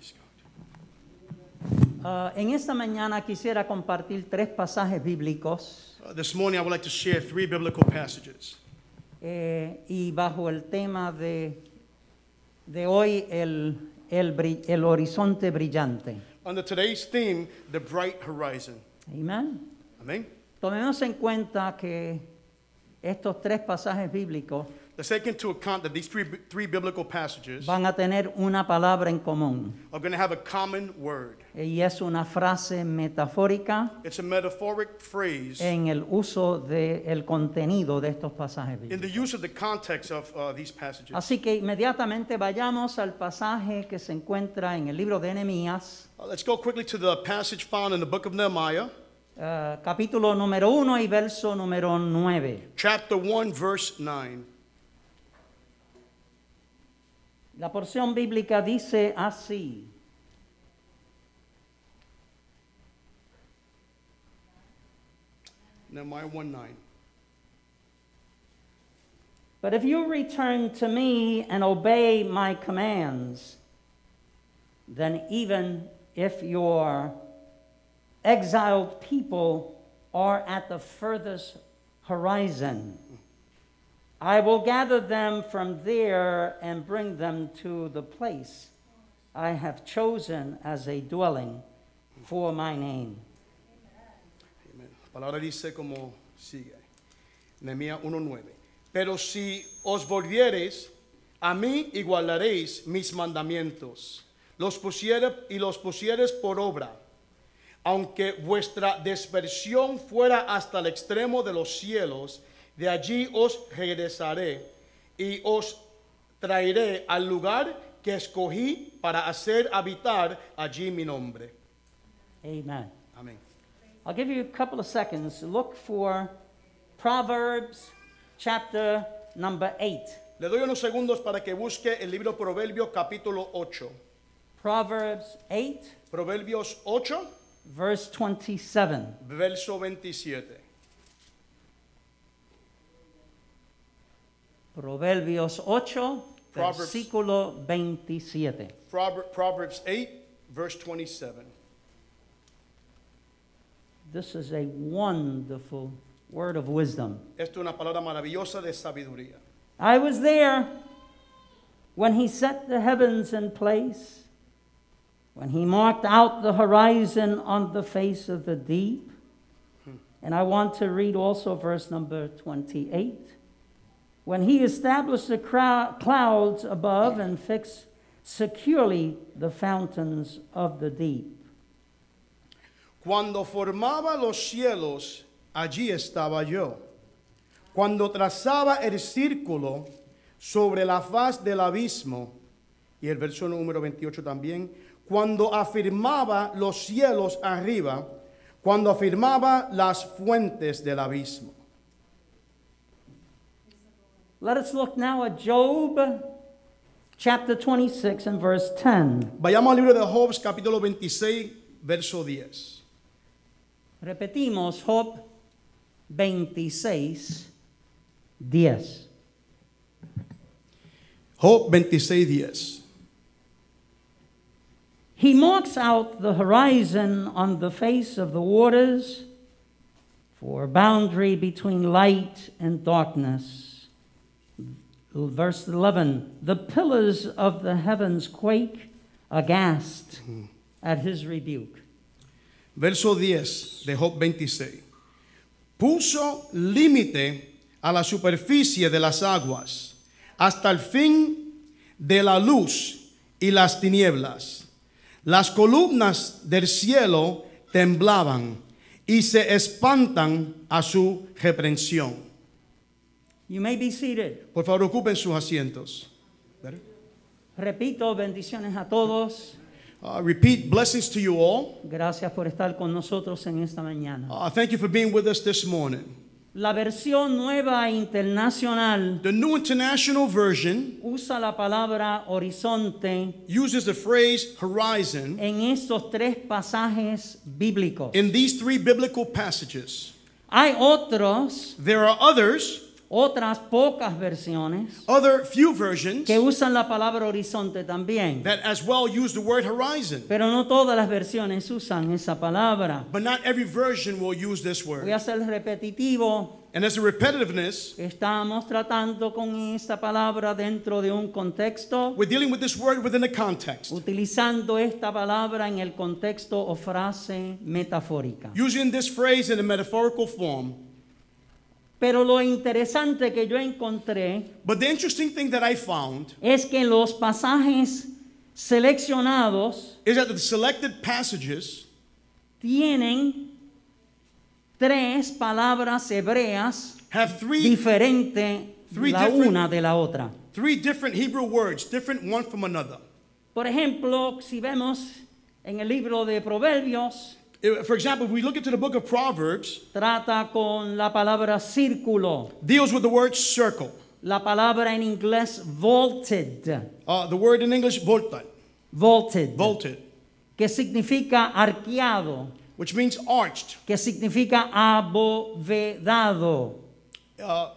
Scott. Ah, en esta mañana quisiera compartir tres pasajes bíblicos Uh, this morning, I would like to share three biblical passages. eh, y bajo el tema de, de hoy, el, el bri- el horizonte brillante. Under today's theme, the bright horizon. Amén. Amen. Tomemos en cuenta que estos tres pasajes bíblicos Let's take into account that these three, three biblical passages van a tener una palabra en común are going to have a common word. y es una frase metafórica It's a metaphoric phrase en el uso del contenido de estos pasajes in bíblicos. the use of the context of uh, these passages. Así que inmediatamente vayamos al pasaje que se encuentra en el libro de Nehemías, Uh, let's go quickly to the passage found in the book of Nehemiah, eh, capítulo número 1 y verso número 9. chapter 1, verse 9. La porción bíblica dice así. Nehemiah 1 9. But if you return to me and obey my commands, then even if your exiled people are at the furthest horizon, I will gather them from there and bring them to the place I have chosen as a dwelling for my name. Amén. La palabra dice como sigue. Nehemías 1.9. Pero si os volviereis, a mí igualaréis mis mandamientos. Los pusiere, y los pusieres por obra. Aunque vuestra dispersión fuera hasta el extremo de los cielos, de allí os regresaré y os traeré al lugar que escogí para hacer habitar allí mi nombre. Amen. Amén. I'll give you a couple of seconds. Look for Proverbs chapter number 8. Le doy unos segundos para que busque el libro Proverbios capítulo 8. Proverbs 8, Proverbios 8, verse 27. verso 27. Proverbios 8, Proverbs. versículo 27. Prover- Proverbs 8, verse 27. This is a wonderful word of wisdom. Esto es una palabra maravillosa de sabiduría. I was there when he set the heavens in place, when he marked out the horizon on the face of the deep. And I want to read also verse number 28. When he established the crow- clouds above and fixed securely the fountains of the deep. Cuando formaba los cielos, allí estaba yo. Cuando trazaba el círculo sobre la faz del abismo, y el verso número 28 también, cuando afirmaba los cielos arriba, cuando afirmaba las fuentes del abismo. Let us look now at Job chapter 26 and verse 10. Vayamos al libro de Job, capítulo 26, verso 10. Repetimos Job 26, 10. Job 26, 10. He marks out the horizon on the face of the waters for a boundary between light and darkness. Verse 11 The pillars of the heavens quake aghast at his rebuke. Verso 10 de Job 26. Puso límite a la superficie de las aguas hasta el fin de la luz y las tinieblas. Las columnas del cielo temblaban y se espantan a su reprensión. You may be seated. Por favor, ocupen sus asientos. Better? Repito, bendiciones a todos. Uh, repeat blessings to you all. Gracias por estar con nosotros en esta mañana. Uh, thank you for being with us this morning. La versión nueva e internacional The New International Version usa la palabra horizonte uses the phrase horizon en estos tres pasajes bíblicos. in these three biblical passages. Hay otros There are others Otras pocas versiones Other few versions que usan la palabra horizonte también. that as well use the word horizon, Pero no todas las versiones usan esa palabra. but not every version will use this Voy word. a ser repetitivo. And there's a repetitiveness. Estamos tratando con esta palabra dentro de un contexto, We're dealing with this word within a context, utilizando esta palabra en el contexto o frase metafórica. using this phrase in a metaphorical form. Pero lo interesante que yo encontré But the interesting thing that I found es que los pasajes seleccionados is that the selected passages tienen tres palabras hebreas have three, diferentes Three la different- una de la otra. three different Hebrew words, different one from another. Por ejemplo, si vemos en el libro de Proverbios, If- For example, if we look into the book of Proverbs, trata con la palabra círculo, deals with the word circle, la palabra en inglés vaulted, uh, the word in English volta, vaulted, vaulted, que significa arqueado, which means arched, que significa abovedado. uh,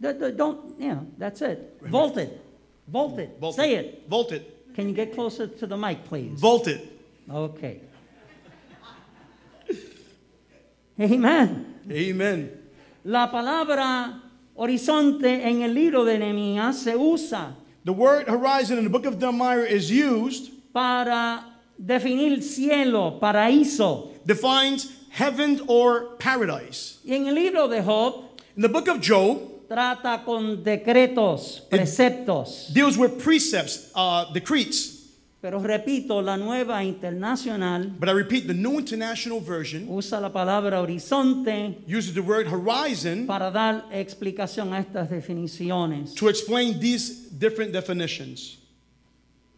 That- that- Don't, yeah, that's it. Vaulted, vaulted. vaulted, Say it. vaulted, Can you get closer to the mic, please? vaulted. Okay. Amen. Amen. La palabra horizonte en el libro de Nehemías se usa The word horizon in the book of Nehemiah is used para definir cielo, paraíso. defines heaven or paradise. Y en el libro de Job In the book of Job, trata con decretos, preceptos. deals with precepts, uh, decrees. Pero repito, la nueva internacional But I repeat, the New International Version usa la palabra horizonte uses the word horizon para dar explicación a estas definiciones. to explain these different definitions.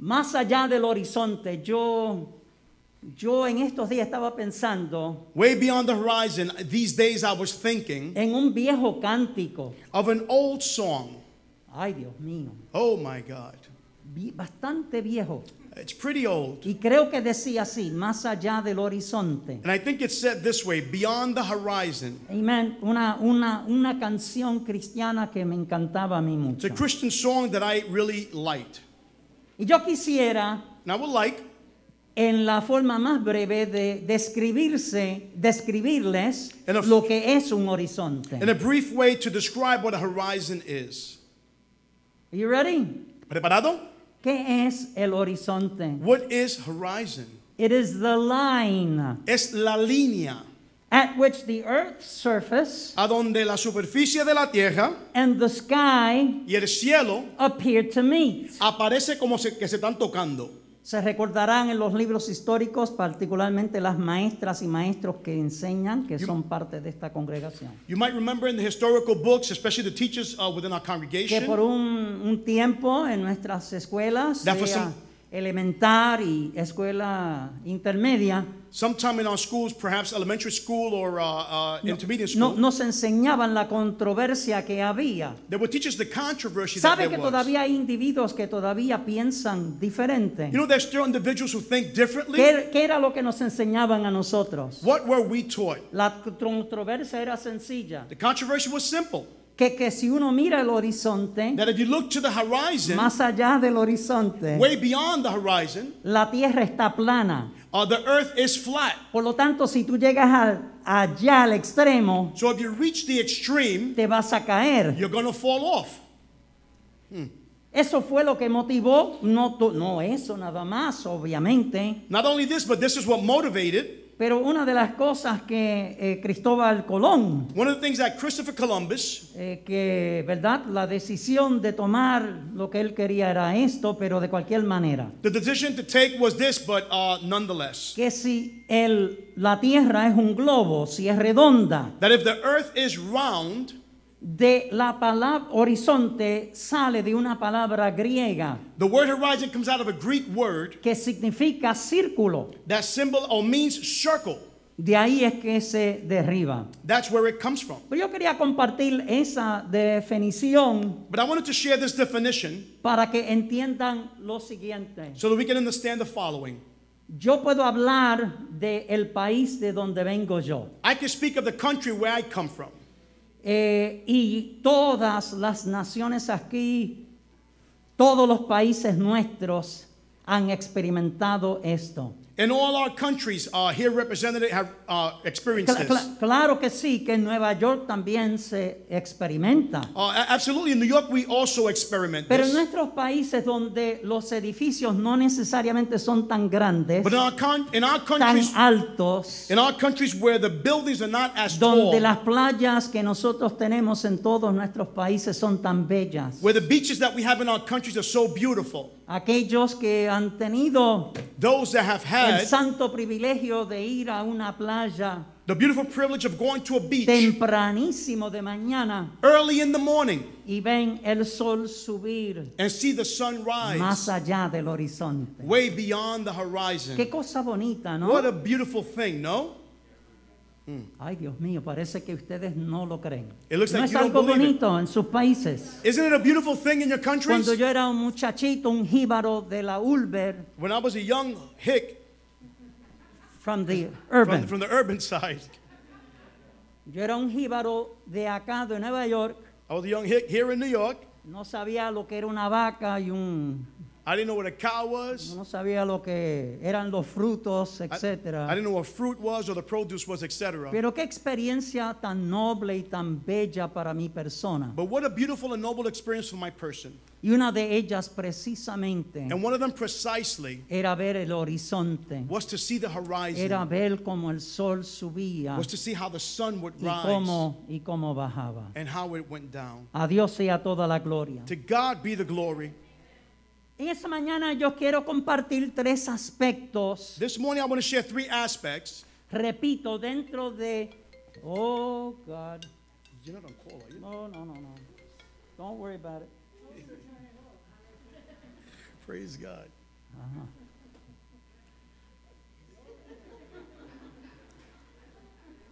Más allá del horizonte, yo, yo en estos días estaba pensando Way beyond the horizon, these days I was thinking en un viejo cántico. of an old song. Ay, Dios mío, Oh my God. vi- bastante viejo. It's pretty old. Y creo que decía así, más allá del horizonte. And I think it's said this way beyond the horizon. Amen. Una, una, una canción cristiana que me encantaba a mí It's a mucho. Christian song that I really liked. Y yo quisiera, And I would like, en la forma más breve, de describirse, describirles En la- lo que es un horizonte. in a brief way, to describe what a horizon is. Are you ready? Preparado? ¿Qué es el horizonte? What is horizon? It is the line Es la línea at which the earth's surface a donde la superficie de la tierra and the sky y el cielo appear to meet. aparece como se- que se están tocando. Se recordarán en los libros históricos, particularmente las maestras y maestros que enseñan, que son parte de esta congregación, You might remember in the historical books, especially the teachers uh, within our que congregation, por un, un tiempo en nuestras escuelas, That for sea some- elementar y escuela intermedia, sometime in our schools, perhaps elementary school or uh, uh, intermediate no, school, nos enseñaban la controversia que había. they would teach us the controversy that ¿Sabe there que was. todavía hay individuos que todavía piensan diferente? You know, there's still individuals who think differently. ¿Qué, qué era lo que nos enseñaban a nosotros? What were we taught? La controversia era sencilla. The controversy was simple. que, que si uno mira el horizonte, That if you look to the horizon, más allá del horizonte, way beyond the horizon, la tierra está plana. uh, the earth is flat. Por lo tanto, si tú llegas al- allá al extremo, So if you reach the extreme, te vas a caer. you're going to fall off. Eso fue lo que motivó, no, to- no eso nada más, obviamente, Not only this, but this is what motivated pero una de las cosas que eh, Cristóbal Colón, one of the things that Christopher Columbus eh, que, ¿verdad? La decisión de tomar lo que él quería era esto, pero de cualquier manera. The decision to take was this, but uh, nonetheless, Que si el, la tierra es un globo, si es redonda, that if the earth is round, de la palabra horizonte sale de una palabra griega the word horizon comes out of a Greek word que significa círculo. that symbol or means circle. De ahí es que se derriba. That's where it comes from. Pero Pues yo quería compartir esa definición But I wanted to share this definition para que entiendan lo siguiente. so that we can understand the following. Yo puedo hablar del el país de donde vengo yo. I can speak of the country where I come from. eh, y todas las naciones aquí, todos los países nuestros han experimentado esto. And all our countries uh, here represented have uh, experienced Cla- this. cla- claro que sí, que en Nueva York también se experimenta. Uh, a- absolutely, in New York, we also experiment Pero en this. nuestros países donde los edificios no necesariamente son tan grandes, But in our, con- in our tan countries, altos, in our countries where the buildings are not as donde tall, las playas que nosotros tenemos en todos nuestros países son tan bellas, where the beaches that we have in our countries are so beautiful, aquellos que han tenido those that have el had santo privilegio de ir a una playa the beautiful privilege of going to a beach tempranísimo de mañana early in the morning y ven el sol subir and see the sun más rise allá del horizonte. way beyond the Qué horizon. cosa bonita, ¿no? What a beautiful thing, no? Ay, Dios mío, parece que ustedes no lo creen. It looks no like es you don't algo believe it. bonito en sus países. Isn't it a beautiful thing in your countries? Cuando yo era un muchachito, un jíbaro de la Ulver, When I was a young hick from the from, urban. from the urban side, Yo era un jíbaro de acá, de Nueva York. I was a young hick here in New York. No sabía lo que era una vaca y un... I didn't know what a cow was. No sabía lo que eran los frutos, I, I etc. didn't know what fruit was or the produce was, etc. Pero qué experiencia tan noble y tan bella para mi persona. But what a beautiful and noble experience for my person. Y una de ellas precisamente And one of them precisely era ver el horizonte. was to see the Era horizon, ver cómo el sol subía was to see how the sun would y rise cómo, y cómo bajaba. and how it went down. A Dios sea toda la gloria. To God be the glory. En esta mañana yo quiero compartir tres aspectos, This morning I want to share three aspects. repito, dentro de... Oh, God. You're not on call, are you? No, no, no, no. Don't worry about it. Praise God.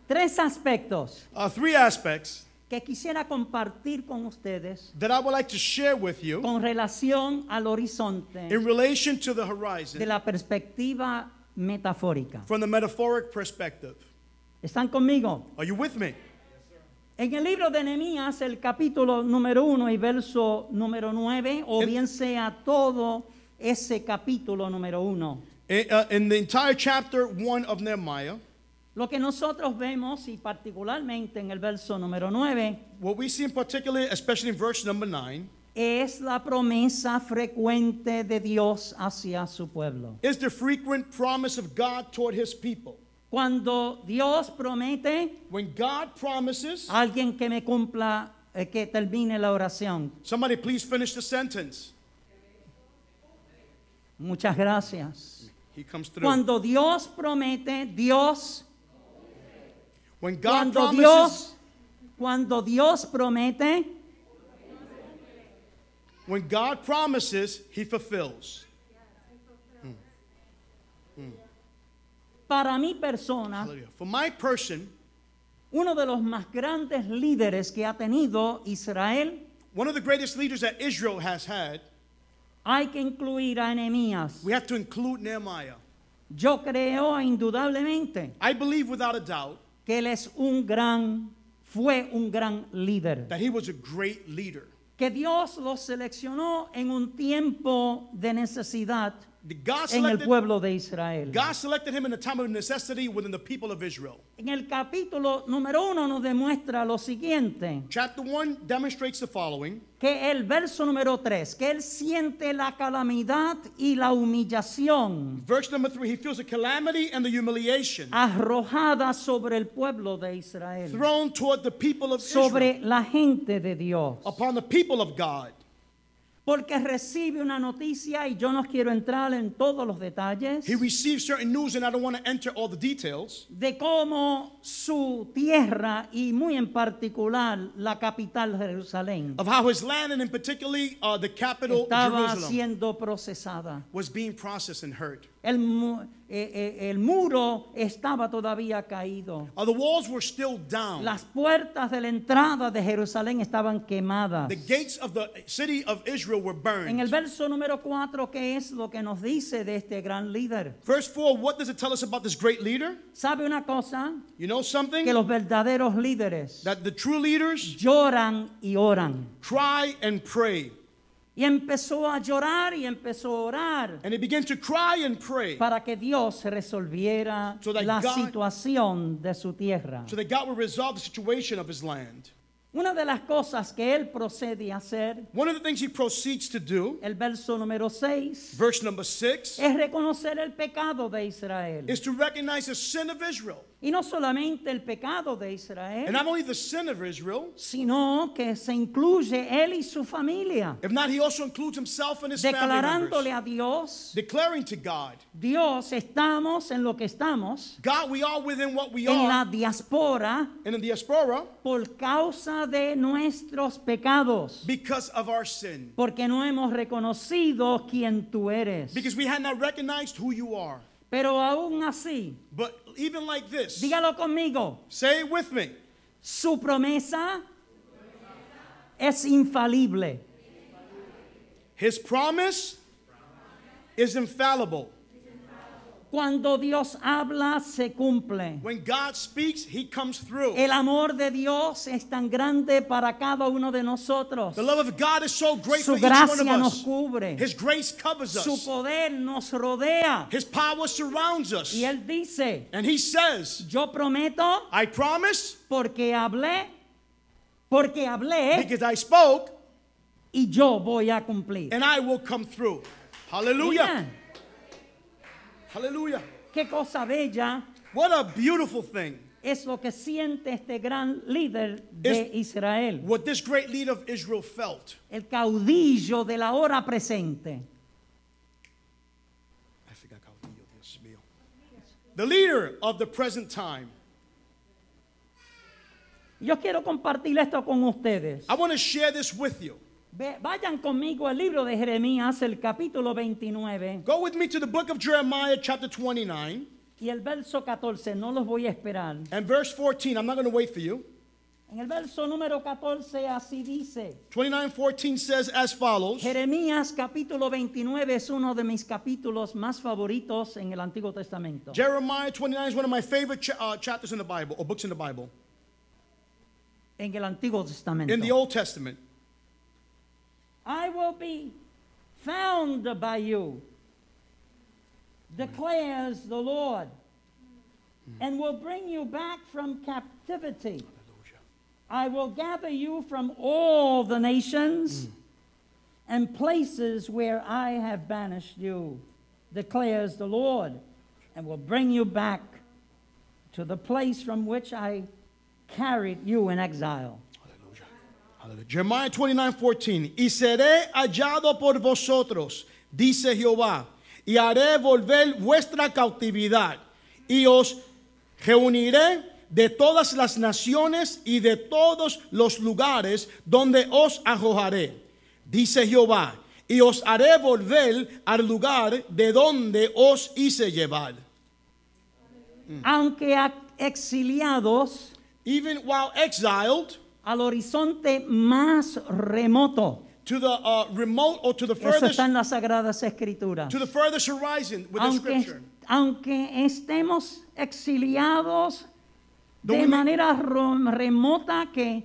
Tres aspectos Uh, three aspects que quisiera compartir con ustedes that I would like to share with you con relación al horizonte in relation to the de horizon la perspectiva metafórica. from the metaphoric perspective. ¿Están conmigo? Are you with me? En el libro de Nehemías, el capítulo número 1 y verso número 9, o En- bien sea todo ese capítulo número 1, In, uh, in the entire chapter 1 of Nehemiah, lo que nosotros vemos, y particularmente en el verso número 9, what we see in particular, especially in verse number 9, es la promesa frecuente de Dios hacia su pueblo. is the frequent promise of God toward his people. Cuando Dios promete, When God promises, alguien que me cumpla, eh, que termine la oración. somebody please finish the sentence. Muchas gracias. He comes through. Cuando Dios promete, Dios, When God cuando promises, Dios, cuando Dios promete, when God promises, he fulfills. para mi persona, Hallelujah. For my person, uno de los más grandes líderes que ha tenido Israel, one of the greatest leaders that Israel has had, hay que incluir a Nehemías. we have to include Nehemiah. Yo creo indudablemente I believe without a doubt que él es un gran, fue un gran líder. that he was a great leader. Que Dios lo seleccionó en un tiempo de necesidad The God en el selected, pueblo de Israel. God selected him in a time of necessity within the people of Israel. En el capítulo número uno nos demuestra lo siguiente, Chapter 1 demonstrates the following. que el verso número tres, que él siente la calamidad y la humillación Verse number 3, he feels the calamity and the humiliation arrojada sobre el pueblo de Israel, thrown toward the people of Israel, sobre la gente de Dios. upon the people of God. porque recibe una noticia y yo no quiero entrar en todos los detalles He receives certain news, and I don't want to enter all the details de cómo su tierra y muy en particular la capital Jerusalén of how his land, and in particularly uh, the capital, estaba Jerusalem, siendo procesada. was being processed and hurt. El, mu- eh, eh, el muro estaba todavía caído. Uh, the walls were still down. Las puertas de la entrada de Jerusalén estaban quemadas. The gates of the city of 4 were En el burned. verso número 4, ¿qué es lo que nos dice de este gran líder? Verse 4, what does it tell us about this great leader? ¿Sabe una cosa? You know Que something? los verdaderos líderes That the true leaders lloran y oran. cry and pray. Y empezó a llorar y empezó a orar And they begin to cry and pray para que Dios resolviera So that la God- situación de su tierra. so that God will resolve the situation of his land. Una de las cosas que él procede a hacer, One of the things he proceeds to do, el verso número 6, verse number 6, es reconocer el pecado de Israel. is to recognize the sin of Israel. Y no solamente el pecado de And Israel, not only the sin of Israel, sino que se incluye él y su familia, if not, he also includes himself and his family declarándole members. a Dios, Declaring to God, Dios, estamos en lo que estamos, God, we are within what we en are. la diáspora, And in the diaspora, por causa de nuestros pecados, because of our sin. porque no hemos reconocido quién tú eres. Because we had not recognized who you are. Pero aún así, But even like this, dígalo conmigo, say it with me. Su promesa es infalible. His promise is infallible. Cuando Dios habla, se cumple. When God speaks, he comes through. El amor de Dios es tan grande para cada uno de nosotros. The love of God is so great for Su each one of gracia nos us. cubre. His grace covers Su us. poder nos rodea. His power surrounds us. Y Él dice, And he says, yo prometo I promise porque hablé, porque hablé because I spoke y yo voy a cumplir. and I will come through. Hallelujah. Mira, Hallelujah. qué cosa bella What a beautiful thing. es lo que siente este gran líder Es- de Israel. What this great leader of Israel felt. el caudillo de la hora presente. I forgot how to deal with this meal. The leader of the present time. Yo quiero compartir esto con ustedes. I want to share this with you. Ve- vayan conmigo al libro de Jeremías, el capítulo 29 Go with me to the book of Jeremiah, chapter 29, y el verso 14. No los voy a esperar. and verse 14. I'm not going to wait for you. En el verso número 14 así dice. 29 14 says as follows Jeremías capítulo 29 es uno de mis capítulos más favoritos en el Antiguo Testamento. Jeremiah 29 is one of my favorite cha- uh, chapters in the Bible, or books in the Bible, En el Antiguo Testamento. in the Old Testament. I will be found by you, declares the Lord, and will bring you back from captivity. I will gather you from all the nations and places where I have banished you, declares the Lord, and will bring you back to the place from which I carried you in exile. Aleluya. Aleluya. Jeremiah 29:14. Y seré hallado por vosotros, dice Jehová, y haré volver vuestra cautividad, y os reuniré de todas las naciones y de todos los lugares donde os arrojaré, dice Jehová, y os haré volver al lugar de donde os hice llevar. Aunque a- exiliados, Even while exiled al horizonte más remoto. to the uh, remote or to the Eso furthest, está en las Sagradas Escrituras. to the furthest horizon with the Aunque, scripture. aunque estemos exiliados Don't de we make- manera ro- remota que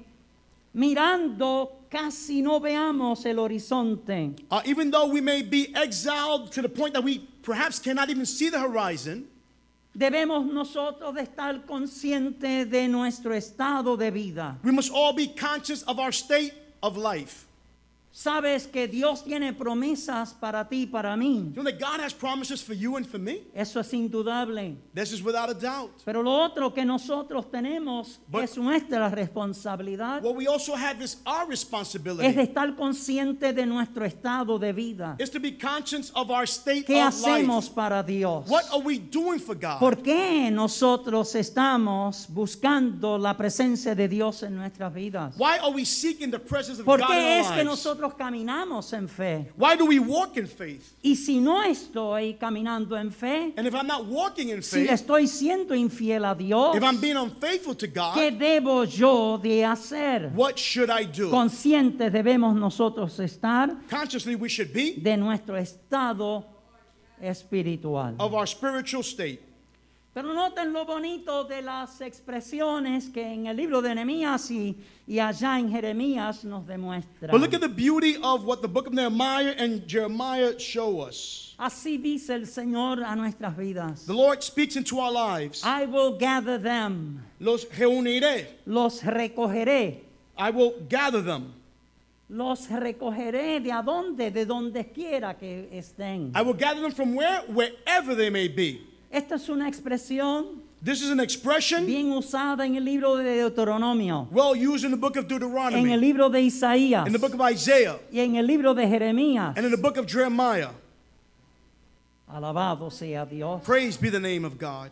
mirando casi no veamos el horizonte, Uh, even though we may be exiled to the point that we perhaps cannot even see the horizon, debemos nosotros de estar conscientes de nuestro estado de vida. we must all be conscious of our state of life. Sabes que Dios tiene promesas para ti y para mí. You know that God has promises for you and for me. Eso es indudable. This is without a doubt. Pero lo otro que nosotros tenemos But- es nuestra responsabilidad, What we also have is our es de responsibility. estar consciente de nuestro estado de vida. Is to be conscious of our state ¿Qué of hacemos life. para Dios? What are we doing for God? ¿Por qué nosotros estamos buscando la presencia de Dios en nuestras vidas? Why are we seeking the presence of ¿Por God in qué our es que lives? nosotros caminamos en fe. Why do we walk in faith? Y si no estoy caminando en fe, And if I'm not walking in si le faith, estoy siendo infiel a Dios, if I'm being unfaithful to ¿qué God, debo yo de hacer? what should I do? Conscientes debemos nosotros estar Consciously, we should be de nuestro estado espiritual. of our spiritual state. Pero noten lo bonito de las expresiones que en el libro de Nehemías y, y allá en Jeremías nos demuestran. But look at the beauty of what the book of Nehemiah and Jeremiah show us. Así dice el Señor a nuestras vidas. The Lord speaks into our lives. I will gather them, Los reuniré. los recogeré, I will gather them. los recogeré de a dónde, de donde quiera que estén. I will gather them from where? Wherever they may be. Esta es una expresión This is an expression bien usada en el libro de Deuteronomio, well used in the book of en el Deuteronomy, libro de Isaías in the book of Isaiah, y en el libro de Jeremías. and in the book of Jeremiah. Alabado sea Dios. Praise be the name of God.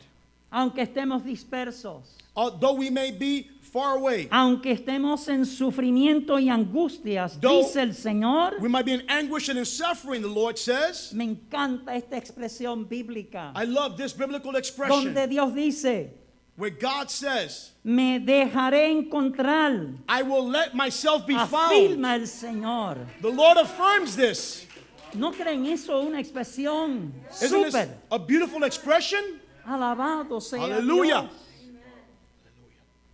Aunque estemos dispersos, Although we may be far away, aunque estemos en sufrimiento y angustias, Though- dice el Señor, we might be in anguish and in suffering, the Lord says. me encanta esta expresión bíblica, I love this biblical donde expression Dios dice, where God says, me dejaré encontrar, I will let myself be found. afirma el Señor. The Lord affirms this. ¿No creen eso una expresión Isn't this súper? a beautiful expression? Alabado sea Hallelujah. Dios.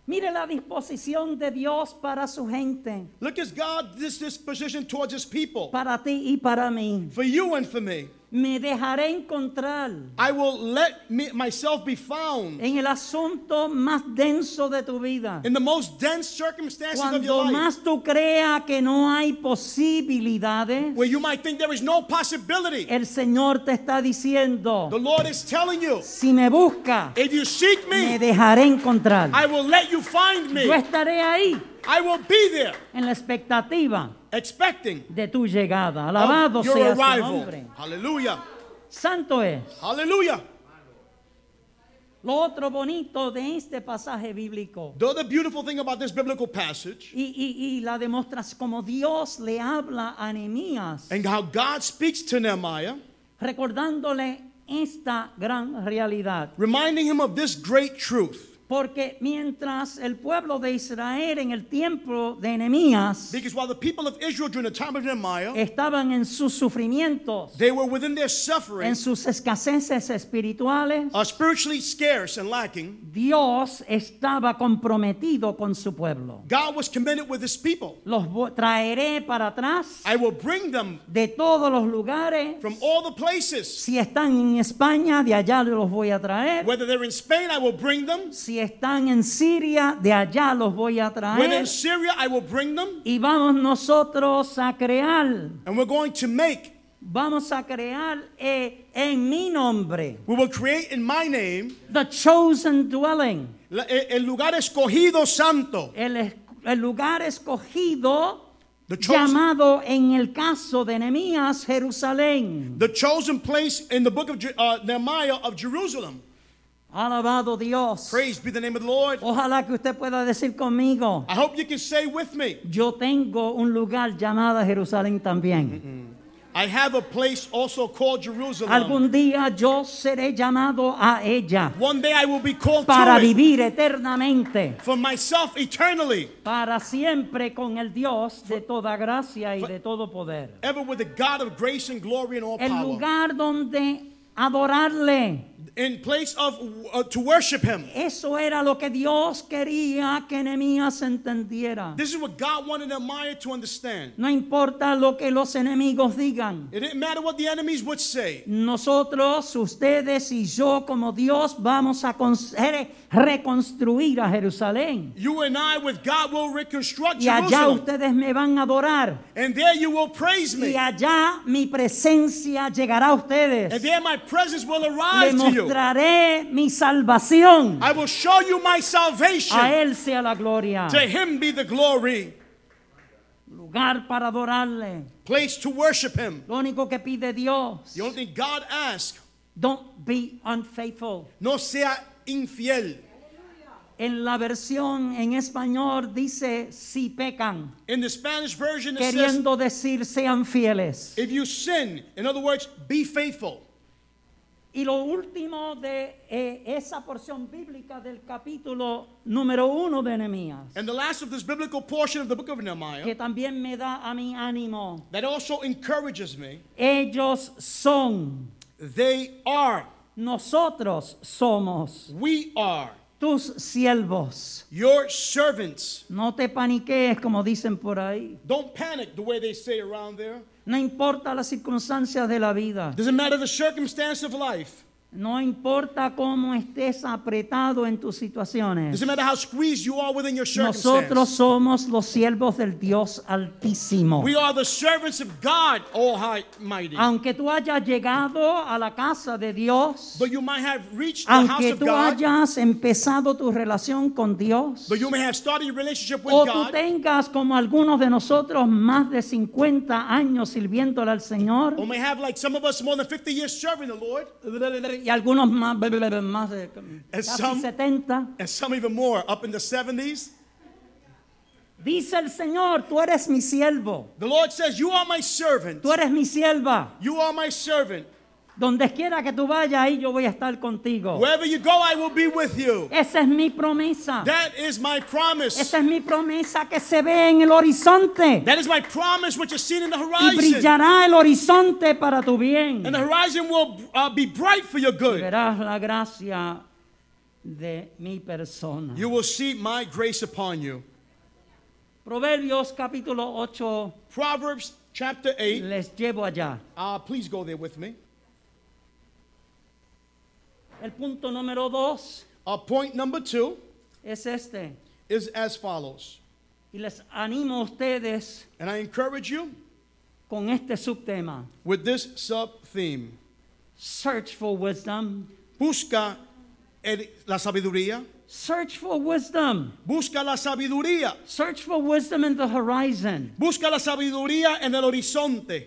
Mire la disposición de Dios para su gente, Look at God this disposition towards his people. para ti y para mí. For you and for me. Me dejaré encontrar I will let me, myself be found en el asunto más denso de tu vida. in the most dense circumstances of your life. Cuando más tú creas que no hay posibilidades, where you might think there is no possibility. el Señor te está diciendo, The Lord is telling you, si me buscas, if you seek me, me dejaré encontrar. I will let you find Yo me. estaré ahí I will be there, en la expectativa expecting de tu llegada. Alabado of sea your su arrival. nombre. Hallelujah. Santo es. Hallelujah. Lo otro bonito de este pasaje bíblico The other beautiful thing about this biblical passage y, y- y la demuestras como Dios le habla a Nehemías, and how God speaks to Nehemiah, recordándole esta gran realidad. reminding him of this great truth. Porque mientras el pueblo de Israel en el tiempo de Nehemías Because while the people of Israel during the time of Nehemiah, estaban en sus sufrimientos, they were within their suffering, en sus escaseces espirituales, are spiritually scarce and lacking, Dios estaba comprometido con su pueblo. God was committed with his people. Los vo- traeré para atrás I will bring them de todos los lugares. from all the places. Si están en España, de allá los voy a traer. Whether they're in Spain, I will bring them. Si están en Siria, de allá los voy a Whether in traer. Syria, I will bring them. Y vamos nosotros a crear And we're going to make, Vamos a crear eh, en mi nombre we will create in my name the chosen dwelling, la- e- el lugar escogido santo. el, es- el lugar escogido The chosen, llamado en el caso de Nehemías Jerusalén. the chosen place in the book of Jer- uh, Nehemiah of Jerusalem. Alabado Dios. Praise be the name of the Lord. Ojalá que usted pueda decir conmigo, I hope you can say with me, yo tengo un lugar llamado Jerusalén también. I have a place also called Jerusalem. Algún día yo seré llamado a ella One day I will be called para to it vivir eternamente. for myself eternally, para siempre con el Dios de toda gracia y de todo poder. ever with the God of grace and glory and all El power. lugar donde adorarle. in place of uh, to worship him. Eso era lo que Dios quería que Nehemías entendiera. This is what God wanted Nehemiah to understand. No importa lo que los enemigos digan. It didn't matter what the enemies would say. Nosotros, ustedes y yo como Dios vamos a cons- re- reconstruir a Jerusalén. You and I with God will reconstruct Y allá Jerusalem. ustedes me van a adorar. And there you will praise Y me. allá mi presencia llegará a And ustedes. there my presence will Le arise to you. mostraré mi salvación. I will show you my A salvation. Él sea la gloria. To him be the glory. Lugar para adorarle. Place to worship him. Lo único que pide Dios. The only thing God asks, Don't be unfaithful. no sea infiel. En la versión en español dice si pecan, In the Spanish version, it says, queriendo decir sean fieles. if you sin, in other words, be faithful. Y lo último de eh, esa porción bíblica del capítulo número uno de Nehemías, And the last of this biblical portion of the book of Nehemiah que también me da a mi ánimo. that also encourages me, Ellos son, they are, nosotros somos we are tus siervos. your servants. No te paniquees como dicen por ahí. Don't panic the way they say around there. No importa las circunstancias de la vida. Doesn't matter the circumstance of life. No importa cómo estés apretado en tus situaciones. Doesn't matter how squeezed you are within your circumstance. Nosotros somos los siervos del Dios Altísimo. We are the servants of God Almighty. Aunque tú hayas llegado a la casa de Dios, But you might have reached the house aunque of tú God. hayas empezado tu relación con Dios, But you may have started your relationship with o tú God. tengas como algunos de nosotros más de 50 años sirviéndole al Señor, Or may have, like some of us, more than 50 years serving the Lord. y algunos más, más de As casi some- 70, And some even more, up in the 70s. dice el Señor, tú eres mi siervo, The Lord says, You are my servant. tú eres mi sierva, You are my servant. donde quiera que tú vayas, ahí yo voy a estar contigo. Wherever you go, I will be with you. Esa es mi promesa. That is my promise. Esa es mi promesa que se ve en el horizonte. That is my promise, which is seen in the y horizon. brillará el horizonte para tu bien. And the horizon will uh, be bright for your Y good. verás la gracia de mi persona. You will see my grace upon you. Proverbios capítulo 8 Proverbs chapter 8. les llevo allá. Uh, please go there with me. El punto número 2 Uh, point number two es este. is as follows. Y les animo a ustedes And I encourage you con este subtema. with this sub theme. Search for wisdom. Busca el- la sabiduría. Search for wisdom. Busca la sabiduría. Search for wisdom in the horizon. Busca la sabiduría en el horizonte.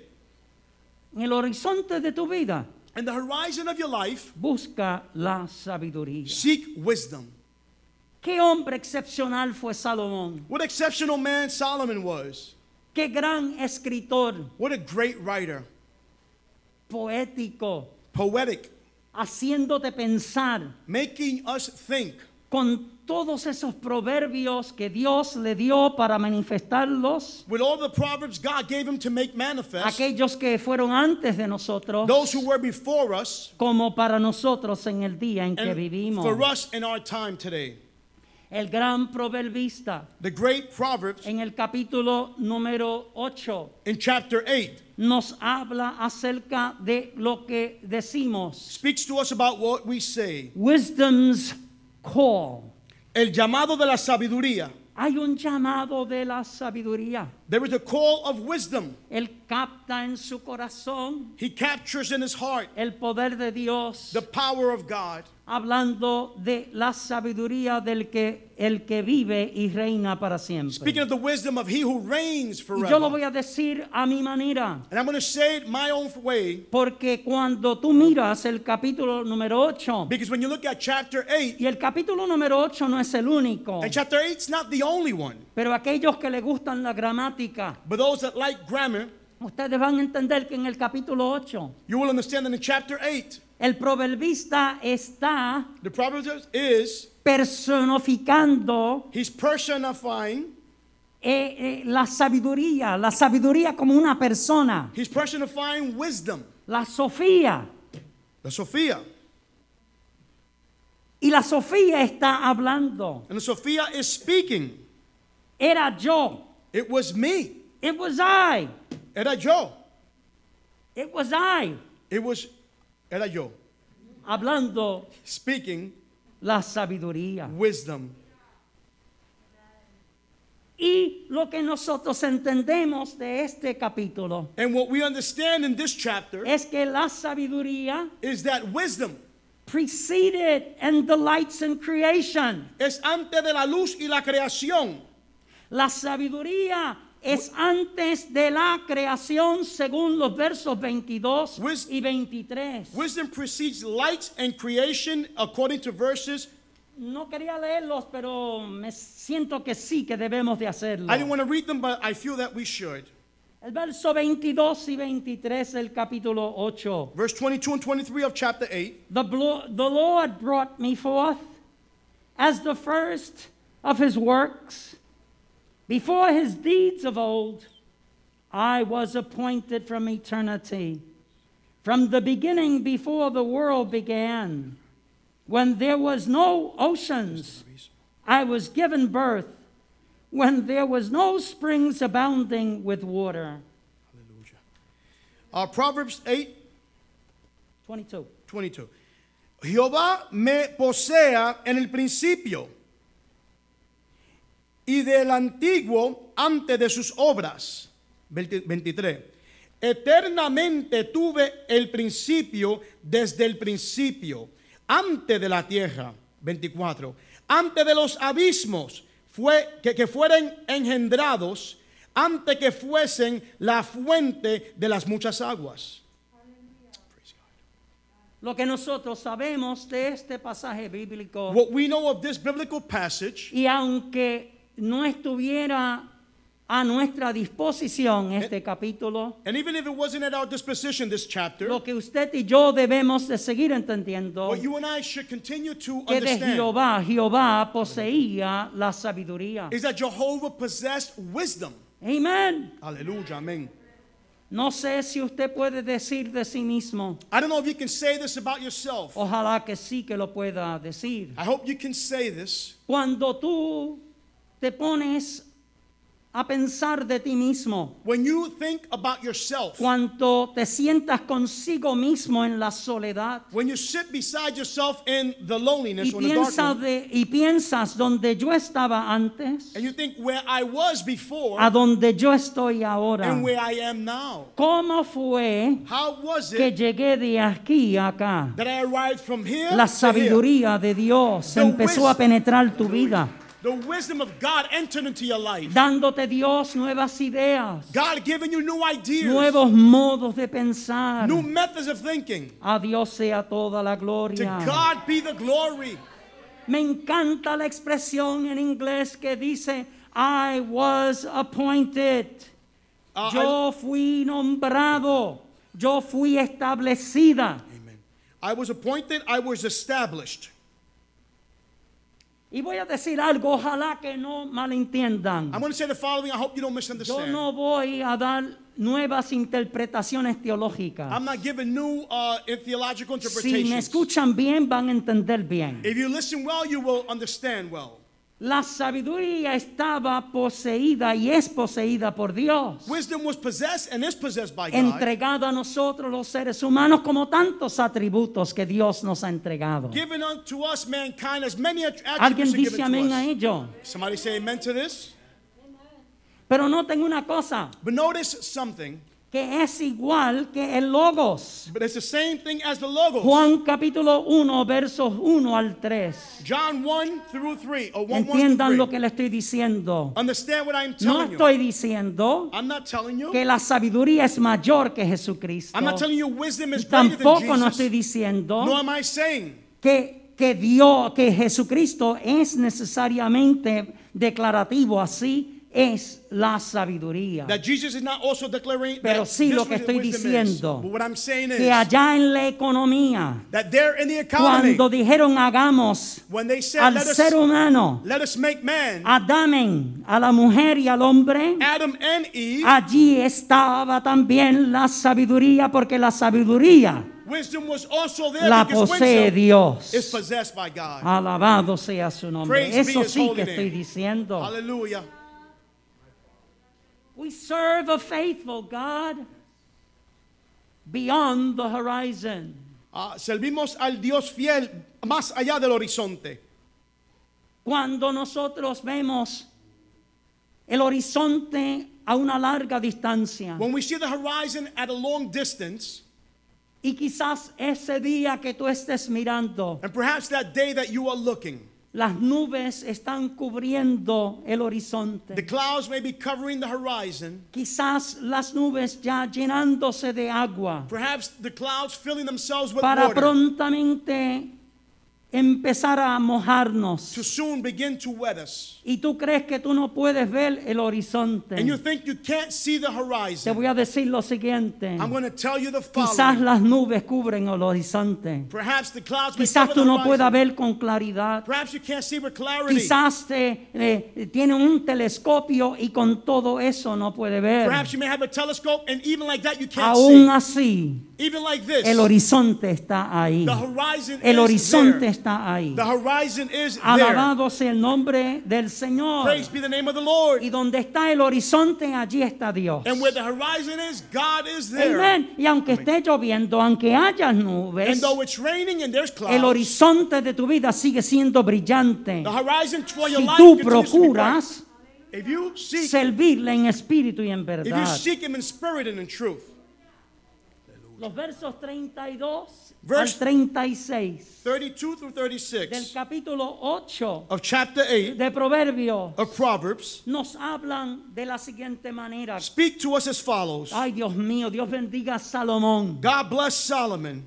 En el horizonte de tu vida, In the horizon of your life, busca la sabiduría. seek wisdom. Qué hombre excepcional fue Salomón. What exceptional man Solomon was. Qué gran escritor, What a great writer. poético, Poetic. haciéndote pensar Making us think. con todos esos proverbios que Dios le dio para manifestarlos, With all the proverbs God gave him to make manifest. aquellos que fueron antes de nosotros, Those who were before us. como para nosotros en el día en que And vivimos. for us in our time today. El gran proverbista, The great Proverbs en el capítulo número 8, in chapter 8 nos habla acerca de lo que decimos. speaks to us about what we say. Wisdom's call. El llamado de la sabiduría. Hay un llamado de la sabiduría. There is a call of wisdom. Él capta en su corazón He captures in his heart el poder de Dios, the power of God, hablando de la sabiduría del que el que vive y reina para siempre. speaking of the wisdom of he who reigns Y yo forever. lo voy a decir a mi manera, And I'm going to say it my own way porque cuando tú miras el capítulo número 8, because when you look at chapter 8, y el capítulo número 8 no es el único, and chapter 8's not the only one, pero aquellos que le gustan la gramática, but those that like grammar, ustedes van a entender que en el capítulo 8 you will understand that in chapter 8, el proverbista está the Proverbs is personificando he's personifying, eh, eh, la sabiduría, la sabiduría como una persona, he's personifying wisdom, la Sofía. the Sophia. Y la Sofía está hablando. And the Sophia is speaking. Era yo. It was me. It was I. Era yo. It was I. It was era yo. Hablando Speaking la sabiduría. wisdom. Y lo que nosotros entendemos de este capítulo And what we understand in this chapter es que la sabiduría is that wisdom preceded and delights in creation. es antes de la luz y la creación. La sabiduría es antes de la creación, según los versos 22 Wis- y 23. Wisdom precedes light and creation according to verses No quería leerlos, pero me siento que sí que debemos de hacerlo. I didn't want to read them, but I feel that we should. El verso 22 y 23 del capítulo 8. Verse 22 and 23 of chapter 8. The, blo- the Lord brought me forth as the first of his works. Before his deeds of old, I was appointed from eternity, from the beginning before the world began. When there was no oceans, I was given birth. When there was no springs abounding with water. Hallelujah. Uh, Proverbs 8, 22. 22. Jehová me posea en el principio y del antiguo antes de sus obras. 20 23. Eternamente tuve el principio desde el principio, antes de la tierra. 24. Antes de los abismos fue que, que fueran engendrados, antes que fuesen la fuente de las muchas aguas. Lo que nosotros sabemos de este pasaje bíblico, What we know of this biblical passage, y aunque no estuviera a nuestra Eh, disposición este capítulo, and even if it wasn't at our disposition this chapter, lo que usted y yo debemos de seguir entendiendo what you and I should continue to que de understand Jehová, Jehová poseía la sabiduría. is that Jehovah possessed wisdom. Amén. Hallelujah, amen. No sé si usted puede decir de sí mismo. I don't know if you can say this about yourself. Ojalá que sí que lo pueda decir. I hope you can say this. Cuando tú te pones a pensar de ti mismo, When you think about yourself, cuando te sientas consigo mismo en la soledad when you sit beside yourself in the loneliness y, or in the dark piensa room, de- y piensas donde yo estaba antes, and you think where I was a before donde yo estoy ahora, and where I am now. ¿cómo fue How was que it llegué de aquí a acá? that I arrived from here La to here? sabiduría de Dios The empezó a wisdom- penetrar tu vida, The wisdom of God entered into your life. dándote Dios nuevas ideas, God giving you new ideas, nuevos modos de pensar. new methods of thinking. A Dios sea toda la To gloria. God be the glory. Me encanta la expresión en inglés que dice I was appointed. Uh, Yo fui nombrado. Yo fui establecida. I, amen. I was appointed, I was established. Y voy a decir algo, ojalá que no malentiendan. I'm going to say the following. I hope you don't Yo misunderstand. no voy a dar nuevas interpretaciones teológicas. I'm not giving new uh, theological Si me interpretations. escuchan bien, van a entender bien. if you listen well, you will understand well. La sabiduría estaba poseída y es poseída por Dios. Wisdom was possessed and is possessed by God, entregado a nosotros los seres humanos como tantos atributos que Dios nos ha entregado. given unto us mankind as many att- attributes Alguien are dice given amén a to us. ello. Somebody say amen to this. Pero noten una cosa, But notice something. que es igual que el logos. But it's the same thing as the logos. Juan capítulo 1, versos 1 al 3. John 1 through 3 or 1 1 Entiendan through lo 3. que le estoy diciendo. Understand what I'm No telling you. estoy diciendo I'm not telling you. que la sabiduría es mayor que Jesucristo. I'm not telling you wisdom is greater than Tampoco no Jesus. estoy diciendo Nor am I saying que, que Dios, que Jesucristo es necesariamente declarativo, así es la sabiduría. that Jesus is not also declaring Pero that sí this lo que is what estoy wisdom is. diciendo, But what I'm saying is Que allá en la economía, that there in the economy, cuando dijeron hagamos when they said, al let us, ser humano, let us make man, adamen a la mujer y al hombre, Adam and Eve, allí estaba también la sabiduría, porque la sabiduría wisdom was also there la because posee wisdom is Dios. Ah. possessed by God. Alabado sea su nombre. Praise be Eso his sí holy que estoy name. diciendo. Hallelujah. We serve a faithful God beyond the horizon. Ah, servimos al Dios fiel más allá del horizonte. Cuando nosotros vemos el horizonte a una larga distancia When we see the horizon at a long distance, y quizás ese día que tú estés mirando, and perhaps that day that you are looking, las nubes están cubriendo el the horizonte. clouds may be covering the horizon, Quizás las nubes ya llenándose de agua perhaps the clouds filling themselves with para water, prontamente empezar a mojarnos. to soon begin to wet us. Y tú crees que tú no puedes ver el horizonte. And you think you can't see the Te horizon. voy a decir lo siguiente. I'm going to tell you the Quizás following. las nubes cubren el horizonte. Perhaps the clouds may Quizás cover the tú no puedas horizon. ver con claridad. Perhaps you can't see with clarity. Quizás te, eh, tiene un telescopio y con todo eso no puede ver. Perhaps you may have a telescope, and even like that, you can't Aún see. así, Even like this, el horizonte está ahí. the horizon El is horizonte there. está ahí. The horizon is there. Alabado sea el nombre del Señor. Praise be the name of the Lord. Y donde está el horizonte, allí está Dios. And where the horizon is, God is there. Amén. Y aunque esté lloviendo, aunque haya And nubes, though it's raining and there's clouds, el horizonte de tu vida sigue siendo brillante. the horizon for your Si life continues to tú be procuras bright. If you seek, servirle en espíritu y en if you verdad. seek Him in spirit and in truth. Los versos 32 Verse- al 36 32 through del 36 capítulo 8 of chapter 8 de Proverbio of Proverbs nos hablan de la siguiente manera. speak to us as follows. Ay, Dios mío, Dios bendiga a Salomón. God bless Solomon.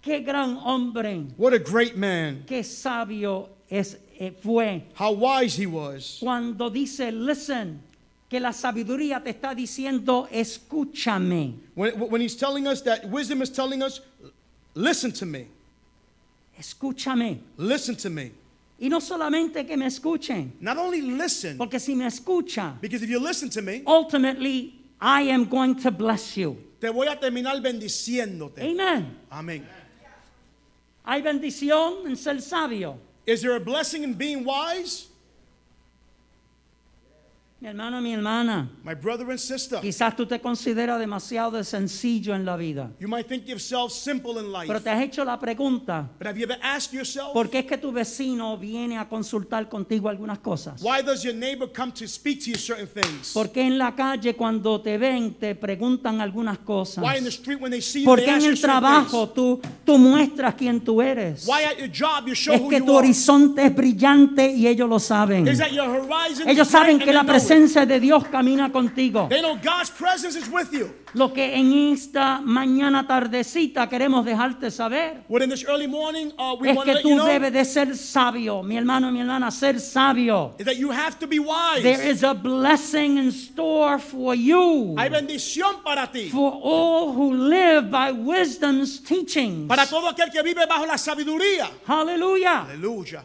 Qué gran hombre, What a great man. qué sabio es, eh, fue. How wise he was. Cuando dice, listen, que la sabiduría te está diciendo, escúchame. When, when he's telling us that wisdom is telling us, listen to me, Escúchame. listen to me. Y no solamente que me escuchen, Not only listen, porque si me escucha, because if you listen to me, ultimately I am going to bless you. te voy a terminar bendiciéndote. Amen. Amen. Hay bendición en ser sabio. Is there a blessing in being wise? Mi hermano, mi hermana, My brother and sister, quizás tú te consideras demasiado de sencillo en la vida, you might think yourself simple in life, pero te has hecho la pregunta, but have you ever asked yourself, ¿por qué es que tu vecino viene a consultar contigo algunas cosas? why does your neighbor come to speak to you certain things? ¿Por qué en la calle cuando te ven te preguntan algunas cosas? Why in the street when they see you, ¿Por they qué en ask you el certain trabajo things? tú, tú muestras quién tú eres? Why at your job you show Es who que you tu are? horizonte es brillante y ellos lo saben. Is that your horizon? Ellos is bright saben and que they la know it. presencia de Dios camina contigo. They know God's presence is with you. Lo que en esta mañana tardecita queremos dejarte saber What in this early morning, uh, we es want to que let you tú know debes de ser sabio, mi hermano, mi hermana, ser sabio. is that you have to be wise. There is a blessing in store for you, Hay bendición para ti. for all who live by wisdom's teachings. Para todo aquel que vive bajo la sabiduría. Aleluya. Aleluya.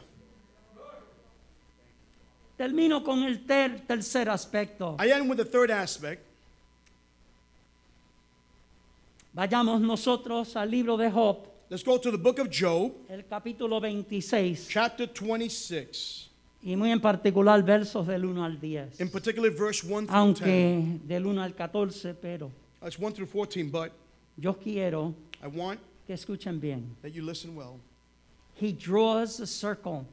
Termino con el ter- tercer aspecto. I end with the third aspect. Vayamos nosotros al libro de Job, Let's go to the book of Job, el capítulo 26, chapter 26, y muy en particular versos del 1 al 10. in particular verse 1 through 10. aunque del 1 al 14, pero That's 1 through 14, but yo quiero I want que escuchen bien. that you listen well. He draws a circle.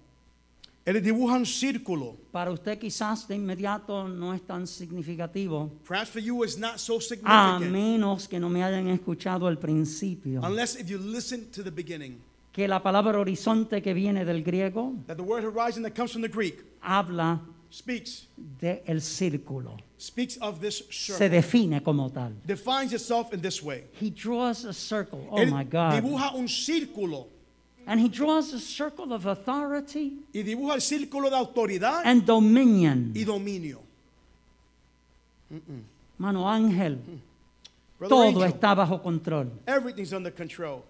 Él dibuja un círculo. Para usted quizás de inmediato no es tan significativo, Perhaps for you it's not so a significant. menos que no me hayan escuchado al principio, Unless if you listen to the beginning. que la palabra horizonte que viene del griego That the word horizon that comes from the Greek habla speaks del círculo, speaks of this circle. se define como tal. defines itself in this way. He draws a circle. Oh Él my God. Dibuja un círculo And he draws a circle of authority y dibuja el círculo de autoridad and dominion. y dominio. Mano Ángel, Mm. Brother todo Angel, está bajo control. everything's under control.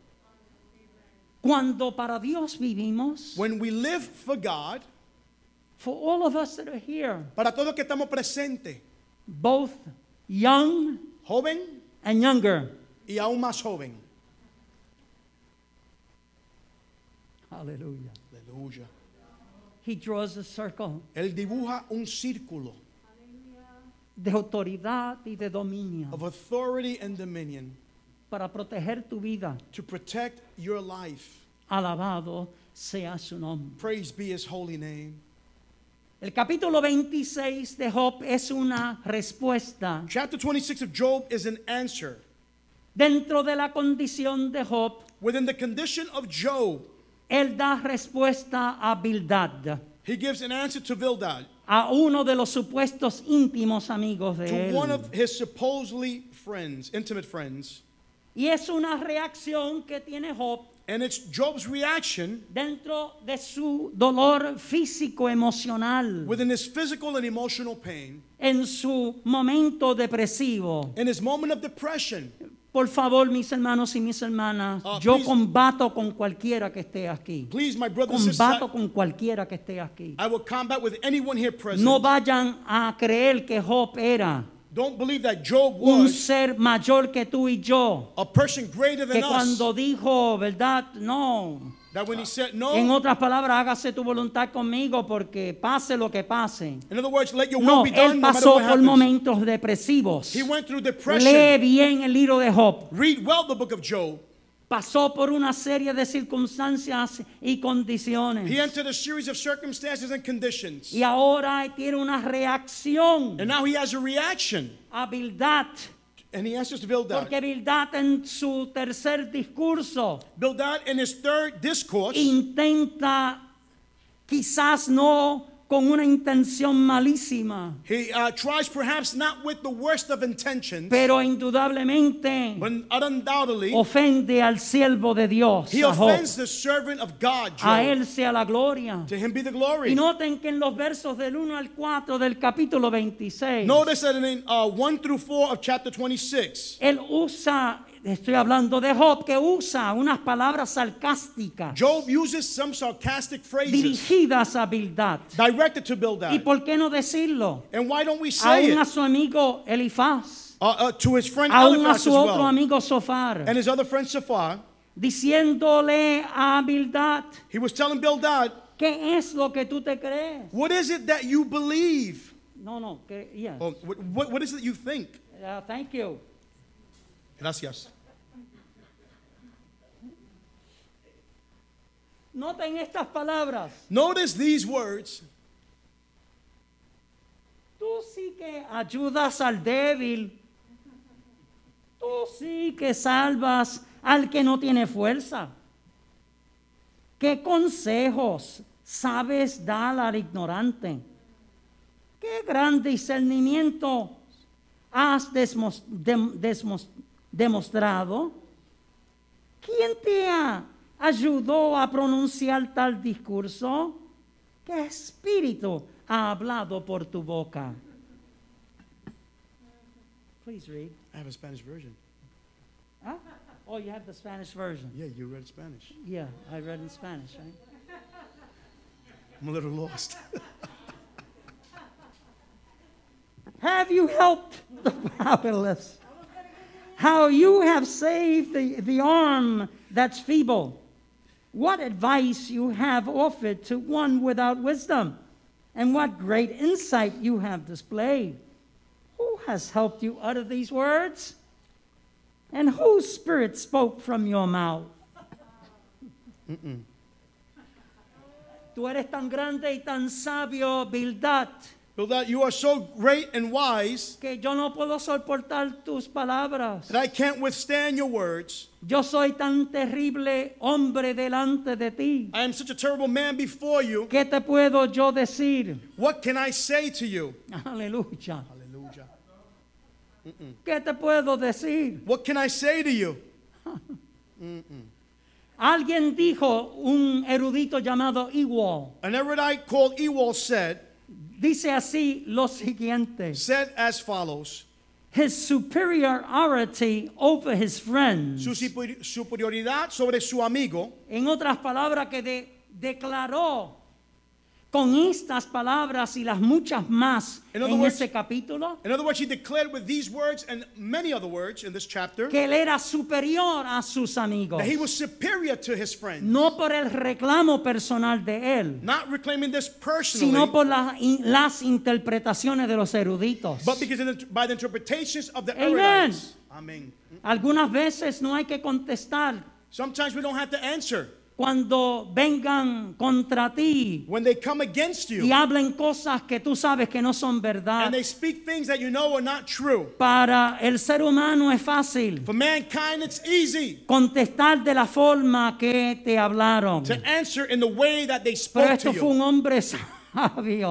Cuando para Dios vivimos, When we live for God, for all of us that are here, para todos que estamos presentes, both young joven and younger, y aún más joven. hallelujah, Aleluya. he draws a circle Él dibuja un círculo de autoridad y de dominio of authority and dominion para proteger tu vida. to protect your life. Alabado sea su nombre. Praise be his holy name. El capítulo 26 de Job es una respuesta. Chapter 26 of Job is an answer. Dentro de la condición de Job, Within the condition of Job, él da respuesta a Bildad, he gives an answer to Bildad. a uno de los supuestos íntimos amigos de to él. one of his supposedly friends, intimate friends. Y es una reacción que tiene Job And it's Job's reaction dentro de su dolor físico emocional, within his physical and emotional pain, en su momento depresivo. in his moment of depression. Por favor, mis hermanos y mis hermanas, Ah, yo please. combato con cualquiera que esté aquí. Please, my brothers and sisters, Combato con cualquiera que esté aquí. I will combat with anyone here present. No vayan a creer que Job era Don't believe that Job un was ser mayor que tú y yo. a person greater Que than us. cuando dijo, ¿verdad? No. That when he said En no, otras palabras, hágase tu voluntad conmigo porque pase lo que pase. in other words, let your will No, be done él no matter pasó what por happens. momentos depresivos. He went through Lee depression. bien el libro de Job. Read well the book of Job. Pasó por una serie de circunstancias y He condiciones. entered a series of circumstances and conditions. Y ahora tiene una reacción And now he has a reaction. a Bildad. And he answers to Bildad. Porque Bildad en su tercer discurso Bildad, in his third discourse, intenta, quizás no con una intención malísima, he uh, tries perhaps not with the worst of intentions, pero indudablemente but undoubtedly, ofende al siervo de Dios. he a Job. offends the servant of God, A Job. él sea la gloria. To him be the Y glory. noten que en los versos del 1 al 4 del capítulo 26, Notice that in uh, 1 through 4 of chapter 26, él usa, estoy hablando de Job, que usa unas palabras sarcásticas Job uses some sarcastic phrases dirigidas a Bildad. directed to ¿Y Bildad. por qué no decirlo? And why don't we say Aún a it su amigo Elifaz, uh, uh, to his friend aún a Eliphaz as su otro well, amigo Sofar, and his other friend Sapphire? diciéndole a Bildad, He was telling Bildad, ¿qué es lo que tú te crees? What is it that you believe? No, no, que, yes. Oh, what, what, what is it that you think? Uh, thank you. Gracias. Noten estas palabras. Notice these words. Tú sí que ayudas al débil. Tú sí que salvas al que no tiene fuerza. ¿Qué consejos sabes dar al ignorante? ¿Qué gran discernimiento has desmos- dem- desmos- demostrado? ¿Quién te ha- ayudó a pronunciar tal discurso? ¿Qué espíritu ha hablado por tu boca? Please read. I have a Spanish version. Huh? Oh, you have the Spanish version. Yeah, you read Spanish. Yeah, I read in Spanish, right? I'm a little lost. Have you helped the powerless? How you have saved the, the arm that's feeble? What advice you have offered to one without wisdom? And what great insight you have displayed? Who has helped you utter these words? And whose spirit spoke from your mouth? Tú eres tan grande y tan sabio, Bildad. Bildad, you are so great and wise que yo no puedo soportar tus palabras. that I can't withstand your words. Yo soy tan terrible hombre delante de ti. I am such a terrible man before you. ¿Qué te puedo yo decir? What can I say to you? Aleluya. Hallelujah. ¿Qué te puedo decir? What can I say to you? Alguien dijo, un erudito llamado Ewald, An erudite called Ewald said, dice así lo siguiente. said as follows, His superiority over his friends. su super- superioridad sobre su amigo, En otras palabras, que de- declaró con estas palabras y las muchas más In en other words- ese capítulo, in other words, he declared with these words and many other words in this chapter, que él era superior a sus amigos. that he was superior to his friend, No por el reclamo personal de él, not reclaiming this sino personally, por la- in- las interpretaciones de los eruditos. but because of the, by the interpretations of the Amen. erudites. Amen. Algunas veces no hay que contestar Sometimes we don't have to answer cuando vengan contra ti when they come against y you hablen cosas que tú sabes que no son verdad. and they speak things that you know are not true. Para el ser humano es fácil For mankind, it's easy contestar de la forma que te hablaron. to answer in the way that they Pero spoke to esto fue you. un hombre sabio.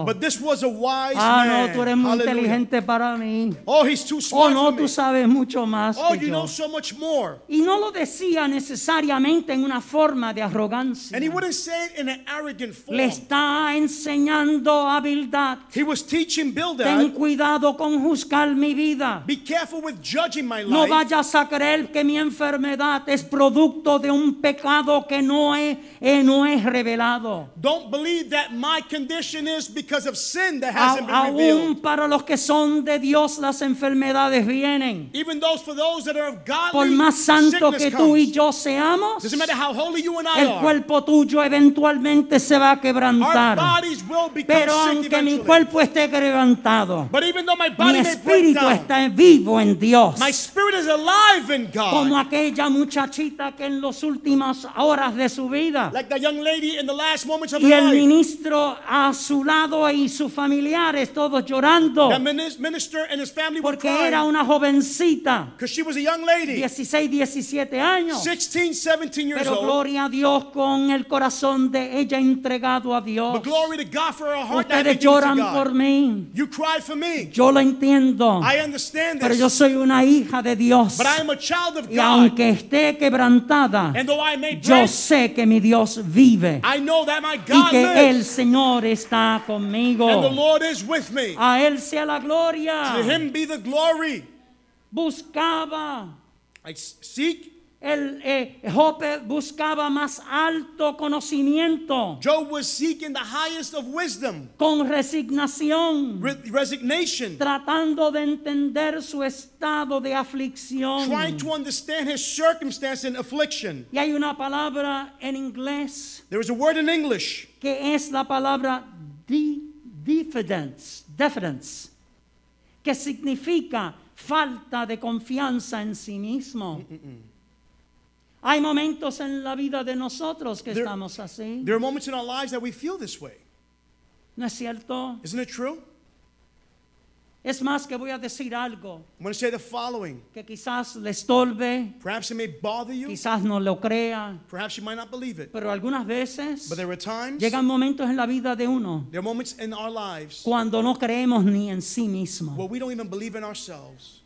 But this was a wise Ah, man. no, tú eres muy Hallelujah. inteligente para mí. Oh, he's too Oh, smart no, for me. tú sabes mucho más Oh, que you yo. know so much more. Y no lo decía necesariamente en una forma de arrogancia. And he wouldn't say it in an arrogant form. Le está enseñando habilidad. He was teaching Ten Bildad, cuidado con juzgar mi vida. be careful with judging my No life. vayas a creer que mi enfermedad es producto de un pecado que no he, eh, no es revelado. Don't believe that my condition is because of sin that A- hasn't been revealed. aún para los que son de Dios las enfermedades vienen. Even those for those that are of Por godly más santo sickness que tú comes. y yo seamos, Doesn't matter how holy you and I el are. cuerpo tuyo eventualmente se va a Our quebrantar. bodies will become Pero sick aunque mi eventually. cuerpo esté quebrantado, but even though my mi body may break espíritu down, está vivo en Dios. my spirit is alive in God. Como aquella muchachita que en las últimas horas de su vida like that young lady in the last moments of y her el life. ministro a su lado y sus familiares todos llorando That minis- minister and his family were porque era crying una jovencita, because she was a young lady, 16, 17 años. 16, 17 years Pero old. gloria a Dios con el corazón de ella entregado a Dios. But glory to God for her heart that Ustedes had been given lloran to God. por mí. You cried for me. Yo lo entiendo. I understand Pero this. yo soy una hija de Dios. but I am a child of Y God. aunque esté quebrantada, and though I may yo break, sé que mi Dios vive. I know that my y God que el lives. Señor está And the conmigo. Lord is with me. A Él sea la to gloria. him be the glory. Buscaba, I s- seek. el eh, Job buscaba más alto conocimiento Job was seeking the highest of wisdom, con resignación, re- resignation, tratando de entender su estado de aflicción. trying to understand his circumstance and affliction. Y hay una palabra en inglés There is a word in English. que es la palabra di- diffidence, deference, que significa falta de confianza en sí mismo. Mm, Hay momentos en la vida de nosotros que There- estamos así, There are moments in our lives that we feel this way. ¿no es cierto? Isn't it true? Es más que voy a decir algo I'm going to say the following. que quizás le estorbe, Perhaps it may bother you. quizás no lo crea, Perhaps you might not believe it. pero algunas veces But there are times, there llegan momentos en la vida de uno are moments in our lives cuando no creemos ni en sí mismo. where we don't even believe in ourselves.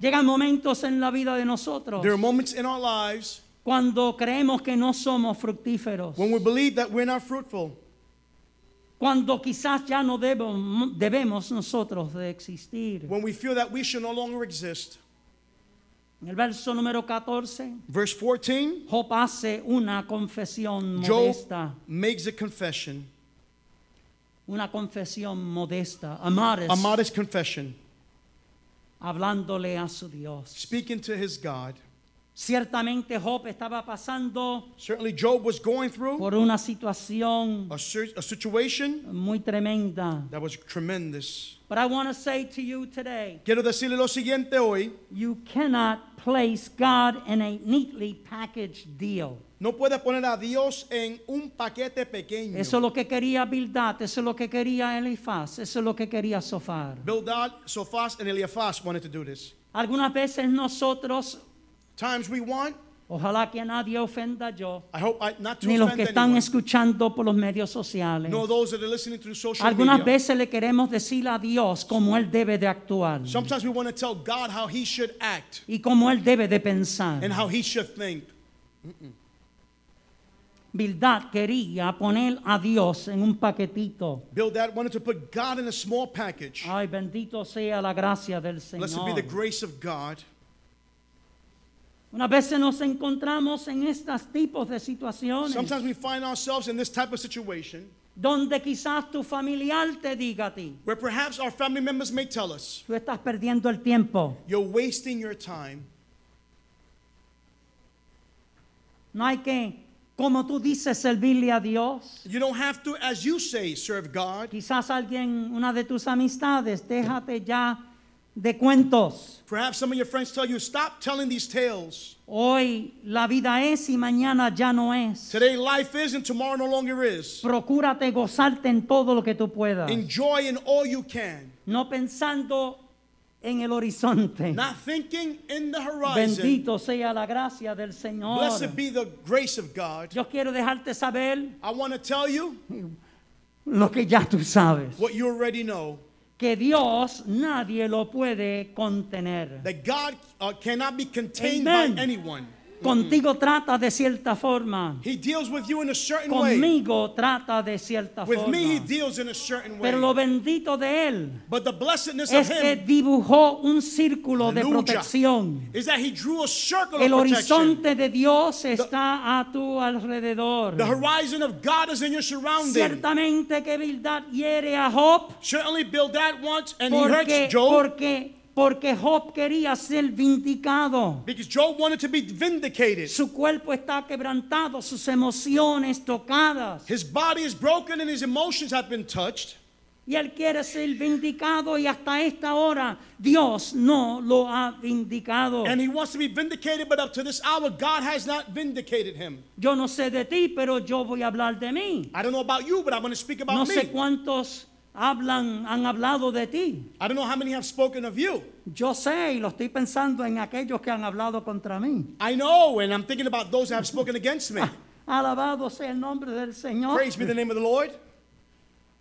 Llegan momentos en la vida de nosotros There are moments in our lives cuando creemos que no somos fructíferos, when we believe that we're not fruitful, cuando quizás ya no debo- debemos nosotros de existir. when we feel that we should no longer exist. En el verso número 14, Verse 14, Job hace una confesión Job modesta, makes a confession, una confesión modesta, a modest, a modest confession, hablándole a su Dios. speaking to his God. Ciertamente Job estaba pasando Certainly, Job was going through por una situación a, cer- a situation muy tremenda. that was tremendous. But I want to say to you today, Quiero decirle lo siguiente hoy. You cannot place God in a neatly packaged deal. No puedes poner a Dios en un paquete pequeño. Eso es lo que quería Bildad, eso es lo que quería Elifaz, eso es lo que quería Sofar. Bildad, Sophas, and Eliaphaz wanted to do this. Algunas veces nosotros, Times we want, ojalá que nadie ofenda yo, I hope I, not to ni los offend que están anyone, escuchando por los medios sociales. nor those that are listening through social Algunas media. veces le queremos decir a Dios cómo Él debe de actuar Sometimes we want to tell God how he should act y cómo Él debe de and pensar. how he should think. Bildad quería poner a Dios en un paquetito. Bildad wanted to put God in a small package. Ay, bendito sea la gracia del Blessed be the Ah, Señor. grace of God. Unas veces nos encontramos en estos tipos de situaciones Sometimes we find ourselves in this type of situation donde quizás tu familiar te diga a ti, where perhaps our family members may tell us, tú estás perdiendo el tiempo, You're wasting your time. no hay que, como tú dices, servirle a Dios. You don't have to, as you say, serve God. Quizás alguien, una de tus amistades, déjate ya de cuentos. Perhaps some of your friends tell you, stop telling these tales. Hoy la vida es y mañana ya no es. Today life is and tomorrow no longer is. Procúrate gozarte en todo lo que tú puedas, Enjoy in all you can. no pensando en el horizonte. Not thinking in the horizon. Bendito sea la gracia del Señor. Blessed be the grace of God. Yo quiero dejarte saber I want to tell you, lo que ya tú sabes. what you already know Que Dios nadie lo puede contener. that God uh, cannot be contained Amen. by anyone. Contigo trata de cierta forma. He deals with you in a certain way. Conmigo trata de cierta With forma. me, He deals in a certain way. Pero lo bendito de Él But the blessedness of es que Him dibujó un círculo de Aleluya. protección. is that He drew a circle El of protection. horizonte de Dios está a tu alrededor. The horizon of God is in your surrounding. Ciertamente que Bildad hiere a Job Certainly, Bildad once, and he porque, hurts Job porque, porque Job quería ser vindicado. because Job wanted to be vindicated. Su cuerpo está quebrantado, sus emociones tocadas. His body is broken and his emotions have been touched. Y él quiere ser vindicado y hasta esta hora Dios no lo ha vindicado. And he wants to be vindicated, but up to this hour, God has not vindicated him. Yo no sé de ti, pero yo voy a hablar de mí. I don't know about you, but I'm going to speak about No me. sé cuántos hablan, han hablado de ti. I don't know how many have spoken of you. Yo sé y lo estoy pensando en aquellos que han hablado contra mí. I know, and I'm thinking about those that have spoken against me. Alabado sea el nombre del Señor. Praise be the name of the Lord.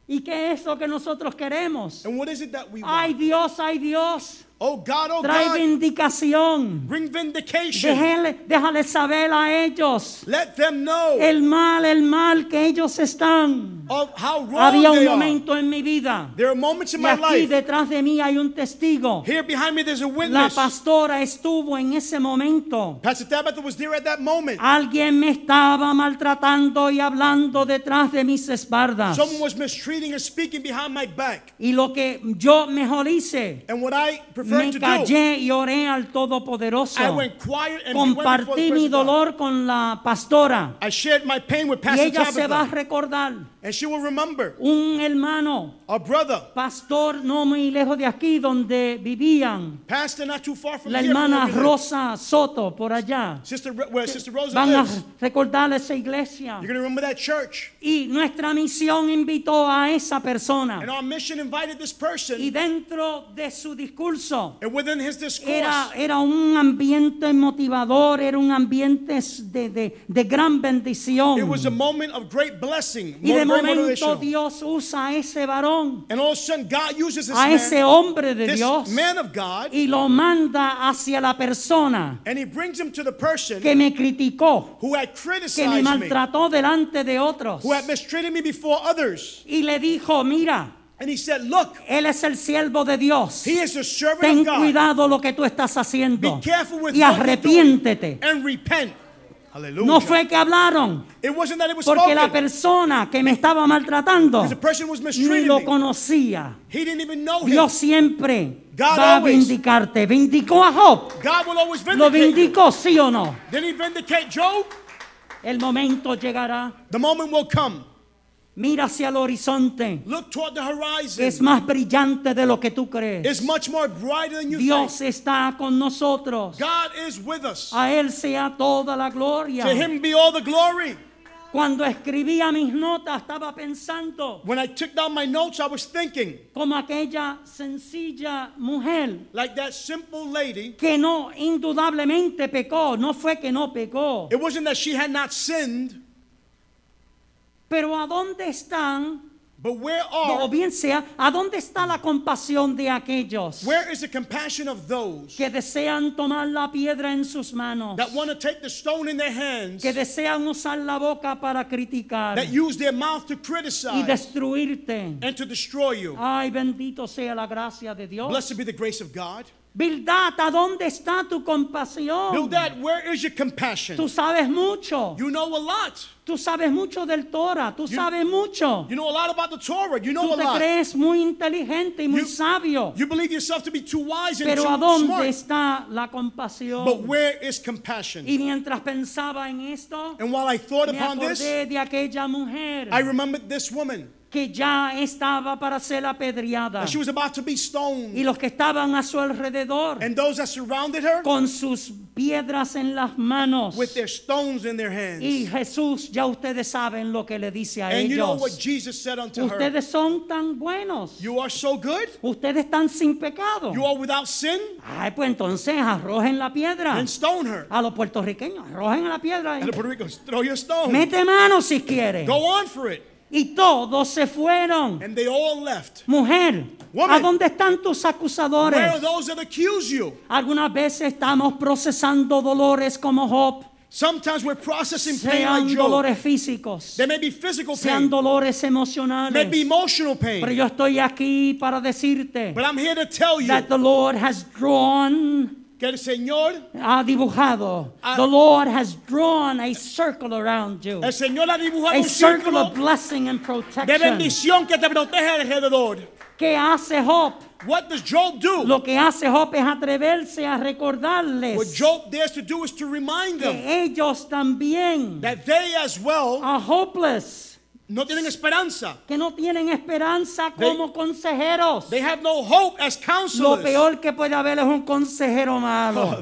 ¿Y qué es lo que nosotros queremos? And what is it that we Ay want? Dios, ay Dios, Oh God, oh trae God, vindicación. bring vindication. Déjale, déjale saber a ellos Let them know el mal, el mal que ellos están. of how wrong Había un they are. momento en mi vida. There are moments in Y my aquí life. detrás de mí hay un testigo. Here behind me, there's a La witness. pastora estuvo en ese momento. Pastor Tabitha was there at that moment. Ah. Alguien me estaba maltratando y hablando detrás de mis espaldas. Someone was mistreating and speaking behind my back. Y lo que yo mejor hice, And what I preferred me to do, callé y oré al Todopoderoso. I went quiet and went before the Compartí mi presence of God. dolor con la pastora. I shared my pain with Y Pastor ella se va a Tabitha. recordar. And she will remember. Un hermano, Our brother, pastor no muy lejos de aquí donde vivían. pastor not too far from La here. from hermana where we live. Rosa Soto por allá. Sister, Ro- where Sister Rosa Van a lives. recordar esa iglesia. You're going to remember that church. Y nuestra misión invitó a esa And persona. our mission invited this Y person. dentro de su discurso And within his discourse, era, era un ambiente motivador, era un ambiente de, de- de gran bendición. it was a moment of great blessing. Y de more- great momento motivational. Dios usa a ese varón, And all of a sudden, God uses this a ese man, hombre de this Dios, man of God, y lo manda hacia la persona and he brings him to the person que me criticó, who had que me criticized me, maltrató delante de otros. who had mistreated me before others. Y le dijo, mira, And he said, Look, Él es el siervo de Dios. he is a servant Ten of God. cuidado lo que tú estás haciendo. Be careful with Y what you're doing arrepiéntete. and repent. Hallelujah. No fue que hablaron, it wasn't that it was porque spoken. la persona que me estaba maltratando the person was ni mistreating lo me. conocía. He didn't even know him. Dios siempre God va a always. vindicarte. Vindicó a Job. God will always Lo vindicate. you. vindicó, sí o no. Didn't he vindicate Job? El momento llegará. The moment will come. Mira hacia el horizonte. Look toward the horizon. Es más brillante de lo que tú crees. It's much more brighter than you Dios think. está con nosotros. God is with us. A Él sea toda la gloria. to him be all the glory. Cuando escribía mis notas estaba pensando When I took down my notes, I was thinking, como aquella sencilla mujer like that simple lady, que no indudablemente pecó, no fue que no pecó, it wasn't that she had not sinned, pero ¿a dónde están? but where O are, bien sea, ¿a dónde está la compasión de aquellos where is the compassion of those que desean tomar la piedra en sus manos, that want to take the stone in their hands, que desean usar la boca para criticar that use their mouth to y criticize destruirte? and to destroy you? Ay, bendito sea la gracia de Dios. Blessed be the grace of God. Bildad, ¿a dónde está tu compasión? Bildad, where is your Tú compassion? sabes mucho. You know a lot. Tú sabes mucho del Torah. Tú sabes mucho. You know a lot about the Torah. You know Tú a te lot. crees muy inteligente y muy You- sabio. You believe yourself to be too wise and too Pero ¿a dónde smart. está la But compasión? where is compassion? Y mientras pensaba en esto, And while I thought me upon this, acordé de aquella mujer I remembered this woman. que ya estaba para ser apedreada. And she was about to be Y stoned. los que estaban a su alrededor And those that surrounded her con sus piedras en las manos. with their stones in their Y hands. Jesús, ya ustedes saben lo que le dice a And you know what ellos. Jesus said unto her? Ustedes son tan buenos. You are so good. Ustedes están sin pecado. You are without sin. Ay, pues entonces arrojen la piedra. And stone her. A los puertorriqueños, arrojen la piedra. y- And the Puerto Ricans, throw your stone. Mete mano si quieren. Go on for it. Y todos se fueron. and they all left. Mujer, ¿a Woman. dónde están tus Where are acusadores? those that accuse you? Algunas veces estamos procesando dolores como Job, Sometimes we're processing pain like sean Job. dolores físicos, There may be physical sean pain, dolores may be emocionales. emotional Pero pain. yo estoy aquí para decirte But I'm here to tell you that the Lord has drawn, que el Señor, ha dibujado, Ah. the Lord has drawn a circle around you, el Señor ha dibujado a un circle of círculo blessing and de protection. bendición que te protege alrededor. ¿Qué hace Job? What does Job do? Lo que hace Job es atreverse a What recordarles Job dares to do is to remind them que ellos también that they as well are hopeless, no tienen esperanza. que no tienen esperanza They- como consejeros. They have no hope as Lo counselors. peor que puede haber es un consejero malo.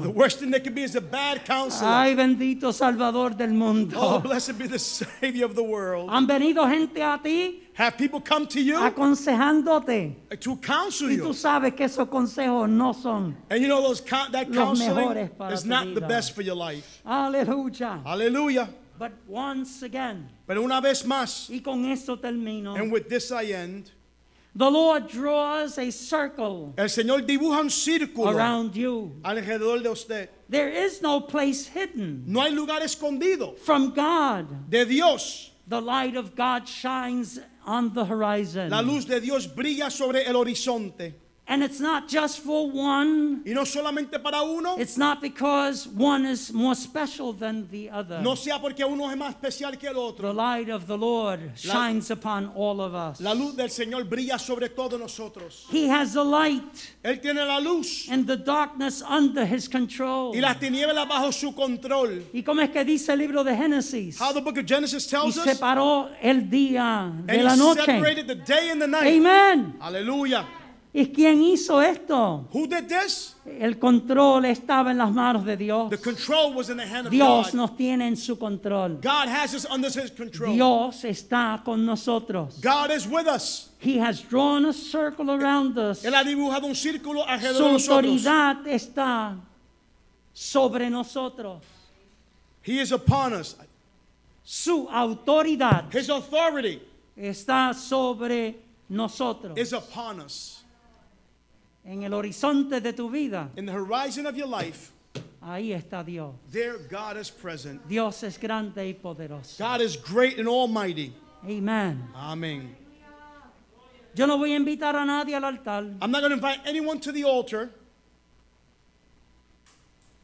The worst thing that could be is a bad counselor. Ay, bendito Salvador del Oh, mundo. blessed be the Savior of the world. Han venido gente a ti Have people come to you Ah, aconsejándote to counsel y tú you. sabes que esos consejos no son. And you know those coun- that Los counseling mejores para is tu not the vida. best for your life. Aleluya. Hallelujah. But once again, Pero una vez más, y con esto termino. and with this I end, The Lord draws a circle el Señor dibuja un círculo around you. alrededor de usted. There is no place hidden No hay lugar escondido from God. de Dios. The light of God shines on the horizon. La luz de Dios brilla sobre el horizonte. And it's not just for one. Y no solamente para uno, It's not because one is more special than the other. no sea porque uno es más especial que el otro. The light of the Lord shines upon all of us. La luz del Señor brilla sobre todos nosotros. He has the light Él tiene la luz and the darkness under his control. y las tinieblas bajo su control. ¿Y cómo es que dice el libro de Génesis? How the book of Genesis Y tells us, separó el día de and la he noche. separated the day and the night. Amén. Aleluya. ¿Y quién hizo esto? Who did this? El control estaba en las manos de Dios. The control was in the hand of Dios God. nos tiene en su control. God has us under his control. Dios está con nosotros. God is with us. He has drawn a circle around us. Él ha dibujado un círculo Su alrededor de nosotros. autoridad está sobre nosotros. He is upon us. Su autoridad His authority está sobre nosotros. is upon us. En el horizonte de tu vida, In the horizon of your life, ahí está Dios. there God is present. Dios es grande y poderoso. God is great and almighty. Amén. Amen. Yo no voy a invitar a nadie al altar, I'm not going to invite anyone to the altar,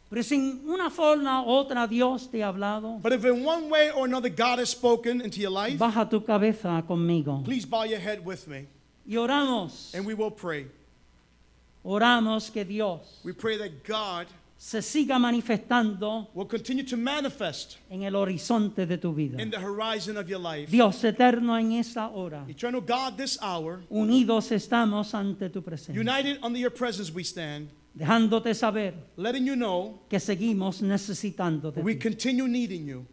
pero sin una forma u otra Dios te ha hablado. but if in one way or another God has spoken into your life, Baja tu cabeza conmigo. please bow your head with me Y oramos, and we will pray. oramos que Dios We pray that God se siga manifestando will continue to manifest en el horizonte de tu vida. in the horizon of your life. Dios eterno en esta hora, Eternal God, this hour, unidos estamos ante tu presencia, united under your presence we stand, dejándote saber letting you know que seguimos necesitando de we ti. continue needing you.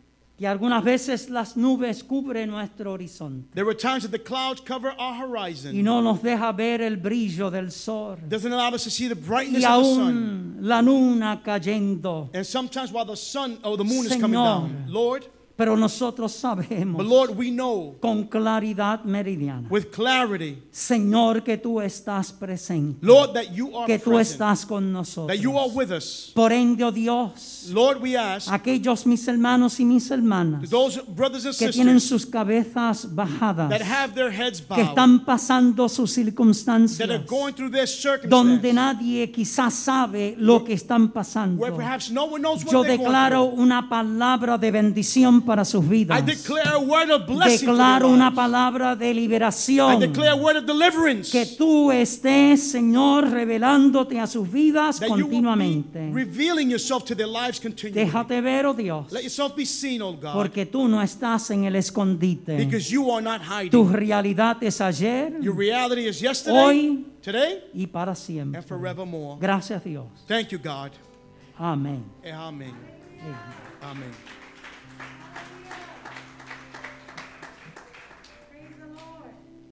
Y algunas veces las nubes cubren nuestro horizonte There were times that the clouds cover our y horizon, no nos deja ver el brillo del sol. doesn't allow us to see the y brightness of the sun. aún la luna cayendo. And sometimes while the sun or the moon is coming Señor. down, Lord, Pero nosotros but sabemos Lord, we know con claridad meridiana, with clarity, Señor, que tú estás presente, Lord, that you are que tú present, estás con that you are nosotros. with us. Por ende, oh Dios, Lord, we ask aquellos mis hermanos y mis hermanas those brothers and que tienen sisters sus cabezas that bajadas, have their heads que bowed, están pasando sus that are circunstancias, going through their donde circumstances, nadie quizás sabe lo que están pasando. where perhaps no one knows Yo what they're going declaro through. una palabra de bendición para sus I vidas. declare a word of blessing for their Declaro una lives. palabra de I liberación. declare a word of deliverance. Que tú estés, Señor, revelándote a sus vidas that you will be continuamente. revealing yourself to their lives continually. Déjate ver, oh Dios, Let yourself be seen, oh God, porque tú no estás en el escondite. because you are not Tu hiding. realidad es ayer Your reality is yesterday, Hoy. today, y para siempre. and forevermore. Gracias, Dios. Thank you, God. Amén. Amen. Amen.